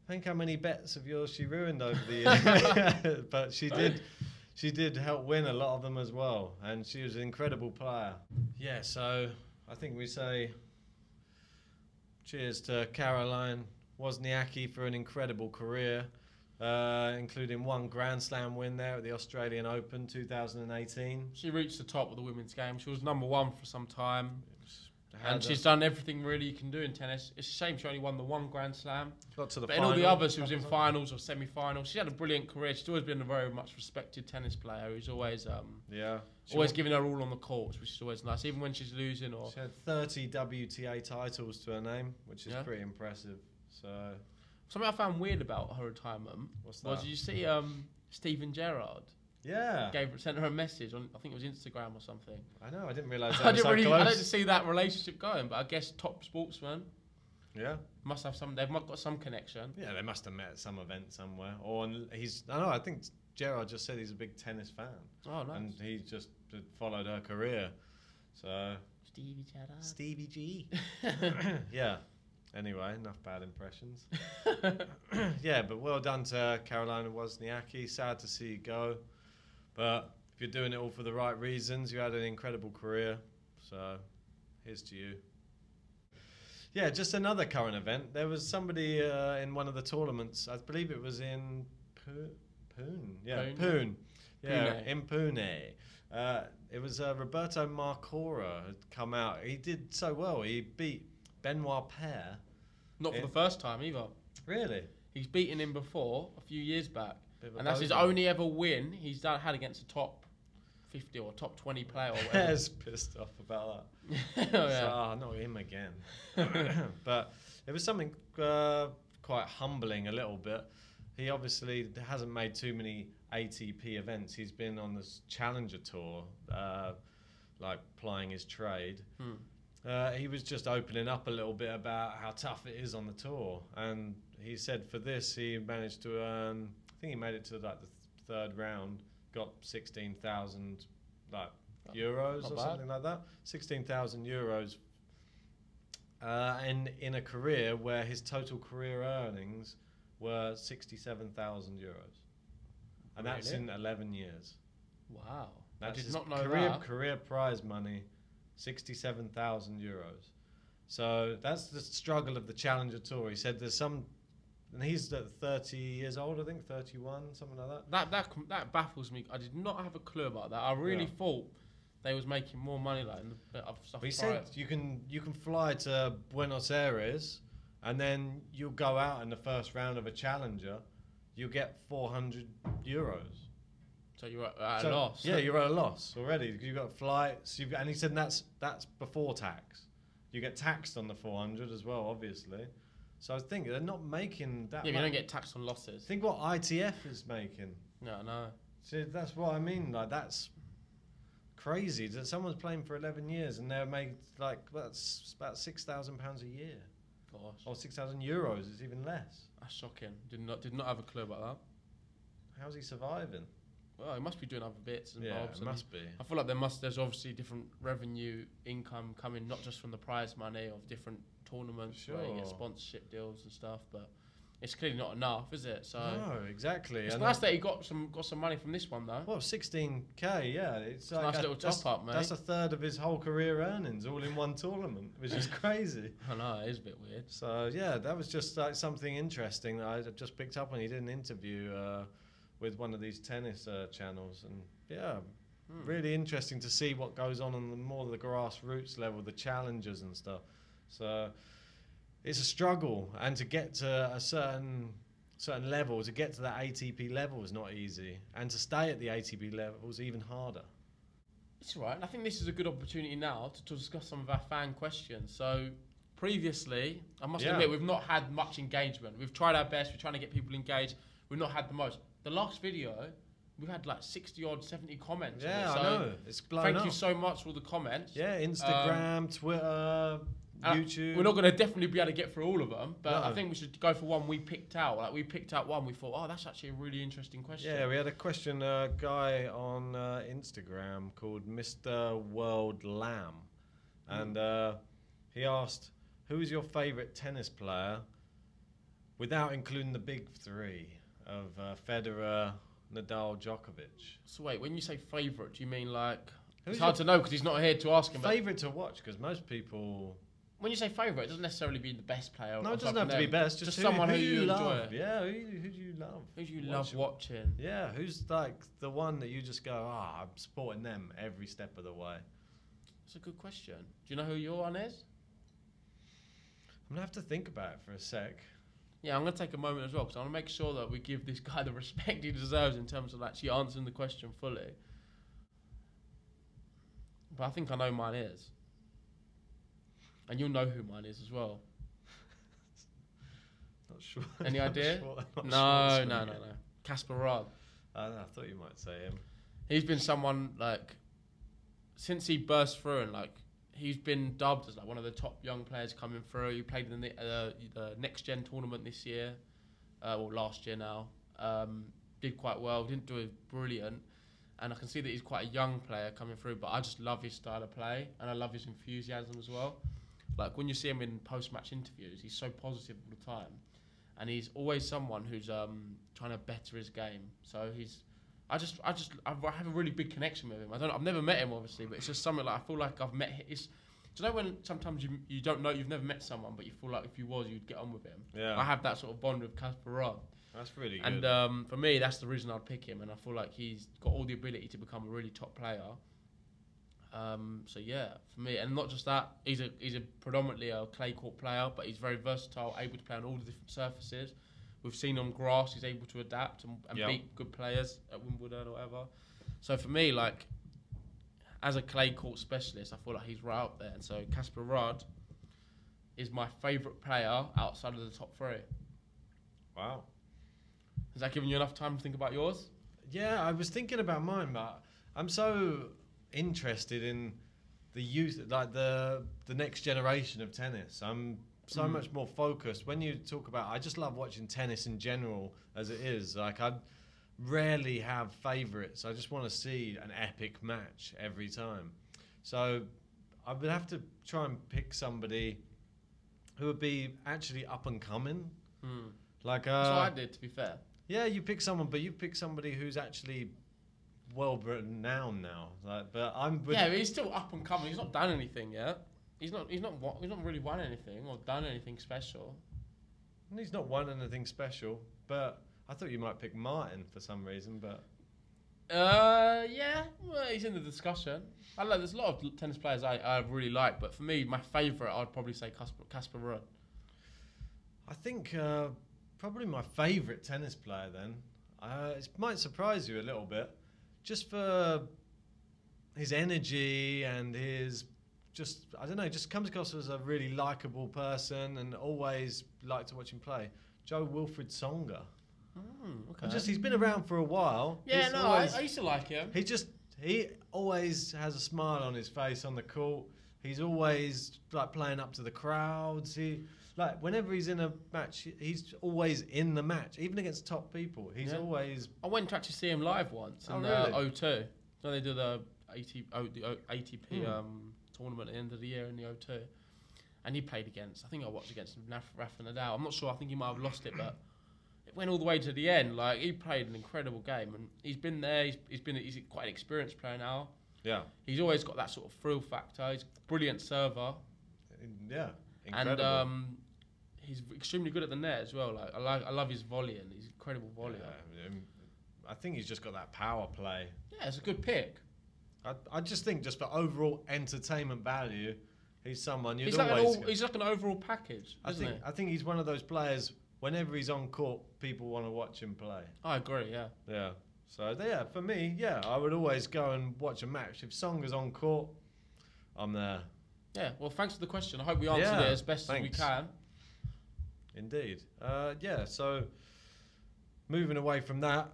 think how many bets of yours she ruined over the
[LAUGHS]
year. [LAUGHS] but she did, she did help win a lot of them as well, and she was an incredible player. Yeah, so I think we say cheers to Caroline Wozniacki for an incredible career, uh, including one Grand Slam win there at the Australian Open 2018.
She reached the top of the women's game. She was number one for some time.
Had
and
a-
she's done everything really you can do in tennis. It's a shame she only won the one Grand Slam.
got to the
but in all the others, she was in finals or semi-finals. She had a brilliant career. She's always been a very much respected tennis player. Who's always um,
Yeah, She
always
won-
giving her all on the court, which is always nice, even when she's losing or
She had 30 WTA titles to her name, which is
Yeah.
pretty impressive. So
Something I found weird about her retirement
what's that?
was you see um, Stephen Gerrard
yeah,
gave sent her a message on I think it was Instagram or something.
I know. I didn't realize
[LAUGHS]
that
I didn't
was so
really I
close.
don't see that relationship going, but I guess top sportsmen
yeah,
must have some. They've mu- got some connection.
yeah, they must have met at some event somewhere. Or on, he's. I don't know. I think Gerard just said he's a big tennis fan,
Oh nice.
and he just had followed her career. So
Stevie Gerrard.
Stevie G. [CLEARS THROAT] yeah. Anyway, enough bad impressions. yeah, but well done to Carolina Wozniacki. Sad to see you go, but if you're doing it all for the right reasons, you had an incredible career. So, here's to you. Yeah, just another current event. There was somebody uh, in one of the tournaments. I believe it was in Pu- Pune. Yeah,
Pune.
Pune. Yeah,
Pune.
in Pune. Uh, it was uh, Roberto Marcora had come out. He did so well. He beat Benoit Paire.
Not for
Yeah.
the first time either.
Really?
He's beaten him before a few years back,
Bit of a
and that's his
bozo.
only ever win he's done had against a top fifty or top twenty
[LAUGHS]
player. Or whatever.
Paire's pissed off about that.
[LAUGHS] oh,
So,
yeah.
"Ah, not him again. [COUGHS] but it was something uh, quite humbling a little bit. He obviously hasn't made too many ATP events. He's been on this Challenger Tour, uh, like plying his trade.
Hmm.
Uh, he was just opening up a little bit about how tough it is on the tour, and he said for this he managed to earn. I think he made it to like the th- third round, got sixteen thousand like euros
not
or
bad.
something like that. Sixteen thousand euros, uh, and in a career where his total career earnings were sixty-seven thousand euros, and that's
Really?
in eleven years.
Wow.
That's
I did
his
not know
career,
that.
Career prize money, sixty-seven thousand euros. So that's the struggle of the Challenger Tour. He said there's some, and he's at thirty years old, I think, thirty-one, something like that.
That that com- that baffles me. I did not have a clue about that. I really
Yeah.
thought they was making more money like in the of stuff.
But he said you can you can fly to Buenos Aires, and then you'll go out in the first round of a Challenger, you'll get four hundred euros.
so you're at, at a
So,
loss.
Yeah, you're at a loss already. You've got flights. You've got, and he said that's that's before tax. You get taxed on the 400 as well, obviously. So I think they're not making
Yeah,
that.
but you don't
much.
get taxed on losses.
Think what ITF is making.
No, no.
See, that's what I mean. Like that's crazy that someone's playing for 11 years and they're made like that's about six thousand pounds a year
Gosh,
or six thousand euros. It's even less.
that's shocking. Did not did not have a clue about that.
How's he surviving?
Well, he must be doing other bits and bobs. and
be.
I feel like there must there's obviously different revenue income coming not just from the prize money of different tournaments where you get
Sure.
sponsorship deals and stuff, but it's clearly not enough, is it? So
no, exactly.
it's
and
nice that he got some got some money from this one though.
Well, 16k, yeah. It's,
a nice
a-
little
that's-
top-up, mate.
That's a third of his whole career earnings all in one tournament,
[LAUGHS]
which is crazy.
I know it is a bit weird.
So, yeah, that was just like something interesting that I just picked up on. He did an interview uh, with one of these tennis uh, channels, and yeah,
Hmm.
really interesting to see what goes on on the more the grassroots level, the challenges and stuff. So, it's a struggle, and to get to a certain certain level, to get to that ATP level is not easy, and to stay at the ATP level is even harder.
It's all right. And I think this is a good opportunity now to, to discuss some of our fan questions. So previously, I must
Yeah.
admit, we've not had much engagement. We've tried our best. We're trying to get people engaged. We've not had the most. The last video, we had like 60 odd, 70 comments. on it.
Yeah, I
So
know. It's blown
Thank
up.
you so much for all the comments.
yeah, Instagram, Twitter,
Uh,
YouTube.
We're not going to definitely be able to get through all of them, but I
No.
think we should go for one we picked out. Like we picked out one, we thought, oh, that's actually a really interesting question.
yeah, we had a question uh, guy on uh, Instagram called Mr. World Lamb, and uh, he asked, "Who is your favorite tennis player without including the big three of uh, Federer, Nadal, Djokovic.
So wait, when you say favourite, do you mean like?
Who's
it's hard to
your
know because he's not here to ask him. But
Favorite to watch because most people.
when you say favourite, it doesn't necessarily mean the best player. or
No, it doesn't
something
have to be
there.
best. Just,
Just, someone who, you
love.
enjoy.
Yeah, who, who do you love?
Who do you
Watch
love watching?
Yeah, who's like the one that you just go, ah, I'm supporting them every step of the way.
That's a good question. Do you know who your one is?
I'm gonna have to think about it for a sec.
Yeah, I'm gonna take a moment as well because I want to make sure that we give this guy the respect he deserves in terms of actually answering the question fully. But I think I know mine is, and you'll know who mine is as well.
Not sure. [LAUGHS]
Any
not
idea?
sure- not sure what's
No,
gonna
no, no,
get-
no. Casper Ruud.
I, don't know, I thought you might say him.
He's been someone like since he burst through and like he's been dubbed as like one of the top young players coming through. He played in the uh, the next gen tournament this year, uh, or last year now. Um, did quite well. Didn't do it brilliant. And I can see that he's quite a young player coming through, but I just love his style of play and I love his enthusiasm as well. Like when you see him in post-match interviews, he's so positive all the time, and he's always someone who's um, trying to better his game. So he's I just, I just, I r- have a really big connection with him. I don't, I've never met him obviously, but it's just something like I feel like I've met. hi- It's, do you know when sometimes you you don't know you've never met someone, but you feel like if you was you'd get on with him.
Yeah,
I have that sort of bond with Casper Ruud,
that's really good.
and um, for me that's the reason I'd pick him, and I feel like he's got all the ability to become a really top player. Um, so yeah, for me, and not just that, he's a he's a predominantly a clay court player, but he's very versatile, able to play on all the different surfaces. We've seen on grass, he's able to adapt and, and
Yeah.
beat good players at Wimbledon or whatever. So for me, like as a clay court specialist, I feel like he's right up there. And so Casper Ruud is my favourite player outside of the top three.
wow.
Has that given you enough time to think about yours?
Yeah, I was thinking about mine, but I'm so interested in the youth, like the the next generation of tennis. I'm so
Mm.
much more focused. When you talk about, I just love watching tennis in general as it is. Like I rarely have favorites. I just want to see an epic match every time. So I would have to try and pick somebody who would be actually up and coming.
Hmm.
Like uh,
That's what I did, to be fair.
yeah, you pick someone, but you pick somebody who's actually well renowned now. Like, but I'm with
yeah, but he's still up and coming. He's not done anything yet. He's not. He's not. wa- He's not really won anything or done anything special.
he's not won anything special. But I thought you might pick Martin for some reason. But
Uh, yeah. Well, he's in the discussion. I like. There's a lot of tennis players I, I really like, but for me, my favourite, I'd probably say Casper Casper Ruud.
I think uh, probably my favourite tennis player. Then uh, it might surprise you a little bit, just for his energy and his just I don't know. Just comes across as a really likable person, and always like to watch him play. Joe Wilfred Songa.
Hmm, okay.
And Just he's been around for a while.
yeah,
He's
no,
always-
I, I used to like him.
he just he always has a smile on his face on the court. He's always like playing up to the crowds. He like whenever he's in a match, he's always in the match, even against top people. He's
Yeah.
always
I went to actually see him live once
Oh,
in
really?
the 02. So they do the, AT, oh, the O- ATP
Hmm.
um, tournament at the end of the year in the 02. And he played against, I think I watched against Naf- Rafa Nadal. I'm not sure, I think he might have lost it, but it went all the way to the end. Like, he played an incredible game. And he's been there, he's, he's been he's quite an experienced player now.
yeah
He's always got that sort of thrill factor. He's a brilliant server.
yeah incredible.
And um, he's extremely good at the net as well. Like, I, like, I love his volleying. He's an incredible
Yeah,
volleyer.
um, I think he's just got that power play.
yeah it's a good pick.
I, I just think just for overall entertainment value, he's someone you'd
He's like, an
always.
all, he's like an overall package,
I
isn't
think I think he's one of those players. Whenever he's on court, people want to watch him play.
he? I agree, yeah.
Yeah. So yeah, for me, yeah, I would always go and watch a match. If Songa's on court, I'm there.
Yeah, well, thanks for the question. I hope we answered
Yeah,
it as best
thanks.
as we can.
Indeed. Uh, yeah. So moving away from that,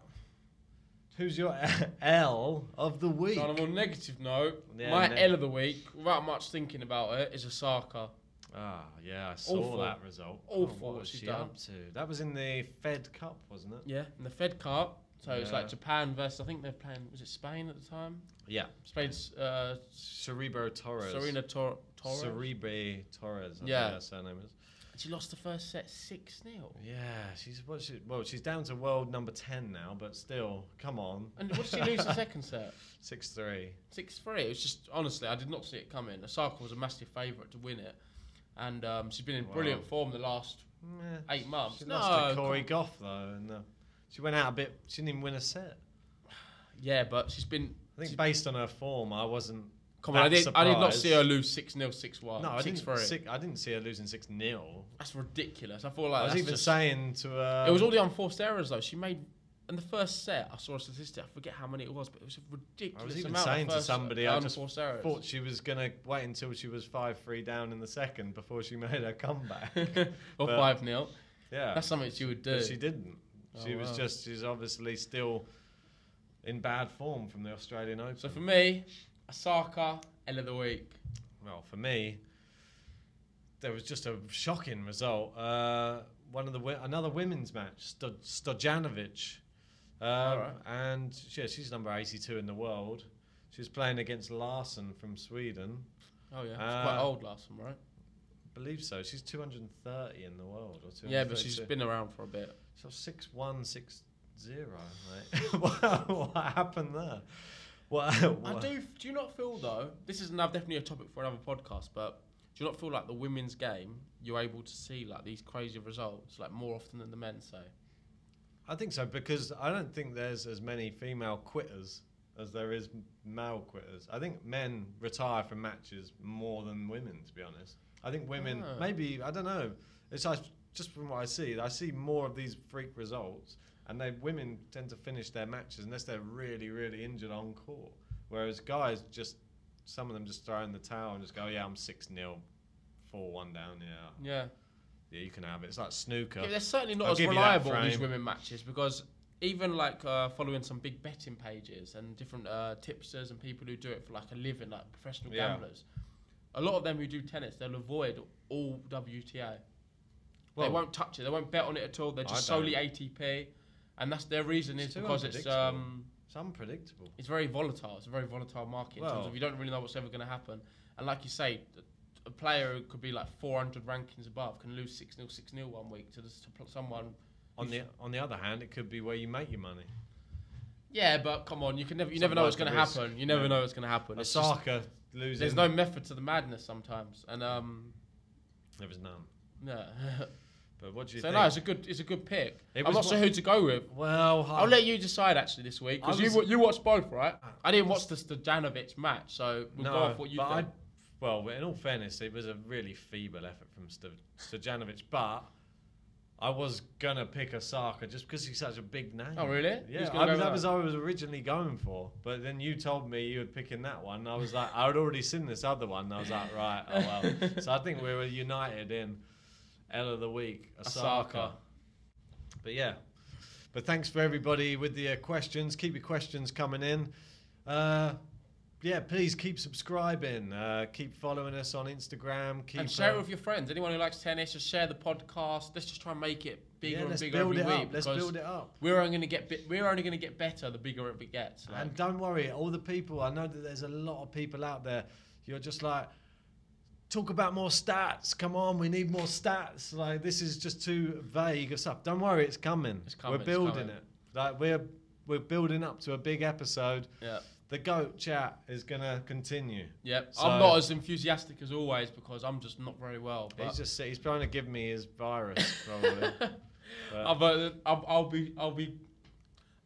who's your [LAUGHS] L of the week?
So on a more negative note,
Yeah,
my
neg-
L of the week, without much thinking about it, is Osaka.
Ah, yeah, I saw
Awful.
that result.
Awful
what
what
was
she's
she
done.
up to? That was in the Fed Cup, wasn't it?
Yeah, in the Fed Cup. So it's
Yeah.
like Japan versus, I think they're playing, was it Spain at the time?
Yeah.
Spain's uh,
Cerebro Torres.
Serena Tor- Torres.
Cerebre Torres. I
Yeah.
Think her surname is.
She lost the first set six 0
Yeah, she's what she, well, she's down to world number ten now, but still, come on,
And what did she lose the second set?
[LAUGHS] six three.
Six three. It was just honestly, I did not see it coming. Osaka was a massive favourite to win it, and um, she's been in
Wow.
brilliant form the last
Meh.
eight months.
She lost to
No,
Corey Goff though, and uh, she went out a bit. She didn't even win a set.
yeah, but she's been.
I think
She-
based on her form, I wasn't.
Come on, I
That's
did. I did not see her
surprise.
lose six 0 six one.
no, I
six
didn't.
three.
Six, I didn't see her losing six 0
That's ridiculous. I feel
I
like
was
that's
even
just-
saying um, to uh, her.
it was all the unforced errors though. She made in the first set. I saw a statistic. I forget how many it was, but it was a ridiculous
I was even
amount
saying
of
to
first
somebody, I just
unforced errors. [LAUGHS]
thought she was gonna wait until she was five three down in the second before she [LAUGHS] made
[LAUGHS]
her comeback.
or
but-
five 0
yeah,
That's something she would do.
But she didn't. She
Oh,
was
wow.
just. She's obviously still in bad form from the Australian Open.
So for me, Osaka end of the week.
well, for me, there was just a shocking result. Uh, one of the wi- another women's match, Sto- Stojanovic, um,
Alright.
and yeah, she's number eighty-two in the world. She's playing against Larsen from Sweden.
Oh yeah, she's quite
Uh,
old last time, right?
believe so. She's 230 in the world, or 232.
Yeah, but she's been around for a bit.
so six one six zero, mate. [LAUGHS] what, what happened there? What?
I
what-
do. Do you not feel though? This is now definitely a topic for another podcast, but do you not feel like the women's game? You're able to see like these crazy results like more often than the men say.
I think so because I don't think there's as many female quitters as there is m- male quitters. I think men retire from matches more than women, to be honest. I think women,
Ah.
maybe I don't know. It's I, just from what I see, I see more of these freak results, and they women tend to finish their matches unless they're really, really injured on court. Whereas guys just some of them just throw in the towel and just go, yeah, I'm six 0 four one down, yeah,
Yeah,
yeah, you can have it. It's like snooker.
Yeah, they're certainly not
I'll
as
give you that
reliable these
frame.
women matches because even like uh, following some big betting pages and different uh, tipsters and people who do it for like a living, like professional
Yeah.
gamblers. A lot of them who do tennis, they'll avoid all WTA.
Well-
they won't touch it. They won't bet on it at all. They're
I
just solely ATP, and that's their reason
It's
is
too
because it's
unpredictable.
um
It's unpredictable.
it's very volatile. It's a very volatile market in terms
Well-
of you don't really know what's ever going to happen. And like you say, a player who could be like 400 rankings above can lose 6 0, 6 0 one week to, this, to pl- someone.
On the on the other hand, it could be where you make your money.
Yeah, but come on, you can never, you
It's
never know what's going
unlike
to
the risk.
happen. You never
Yeah.
know what's going to happen. It's just,
Osaka losing.
there's no method to the madness sometimes, and um,
there was none.
no.
But what [LAUGHS] do
so
you
no,
think?
it's a good, it's a good pick.
It
I'm
was
not sure
one-
who to go with.
well, I,
I'll let you decide actually this week because
I
you
was-
wa- you watched both, right?
I-
I didn't watch the Stojanovic match, so we'll
no,
go off what you
but
think.
I, well, in all fairness, it was a really feeble effort from Sto- Stojanovic, but I was gonna pick Osaka just because he's such a big name.
Oh, really? Who's
Yeah,
gonna
I,
go
was-
with
that
that?
was I was originally going for, but then you told me you were picking that one. and I was like, I had already seen this other one. and I was like, right, oh
[LAUGHS]
well. so I think we were united in L of the Week, Osaka.
Osaka.
But yeah, but thanks for everybody with the uh, questions. Keep your questions coming in. Uh, yeah, please keep subscribing. Uh, keep following us on Instagram. Keep
and share
uh,
it with your friends. Anyone who likes tennis, just share the podcast. Let's just try and make it bigger
yeah,
and
let's
bigger
build
every
it
week.
up. Let's
because
build it up.
We're only gonna get bit, we're only gonna get better the bigger it gets. like.
And don't worry, all the people, I know that there's a lot of people out there, you're just like, talk about more stats. Come on, we need more stats. Like, this is just too vague of stuff. Don't worry, it's coming.
It's coming,
We're
it's
building
coming.
it. Like, we're, we're building up to a big episode.
yeah,
The GOAT chat is going to continue.
yep.
So-
I'm not as enthusiastic as always because I'm just not very well. But
He's just he's trying to give me his virus, probably.
I'll, but I'll, uh, I'll be I'll be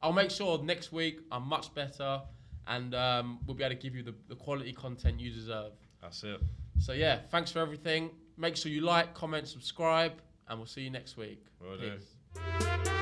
I'll make sure next week I'm much better and um, we'll be able to give you the, the quality content you deserve.
That's it.
So yeah, thanks for everything. Make sure you like, comment, subscribe, and we'll see you next week.
Will do.
Peace.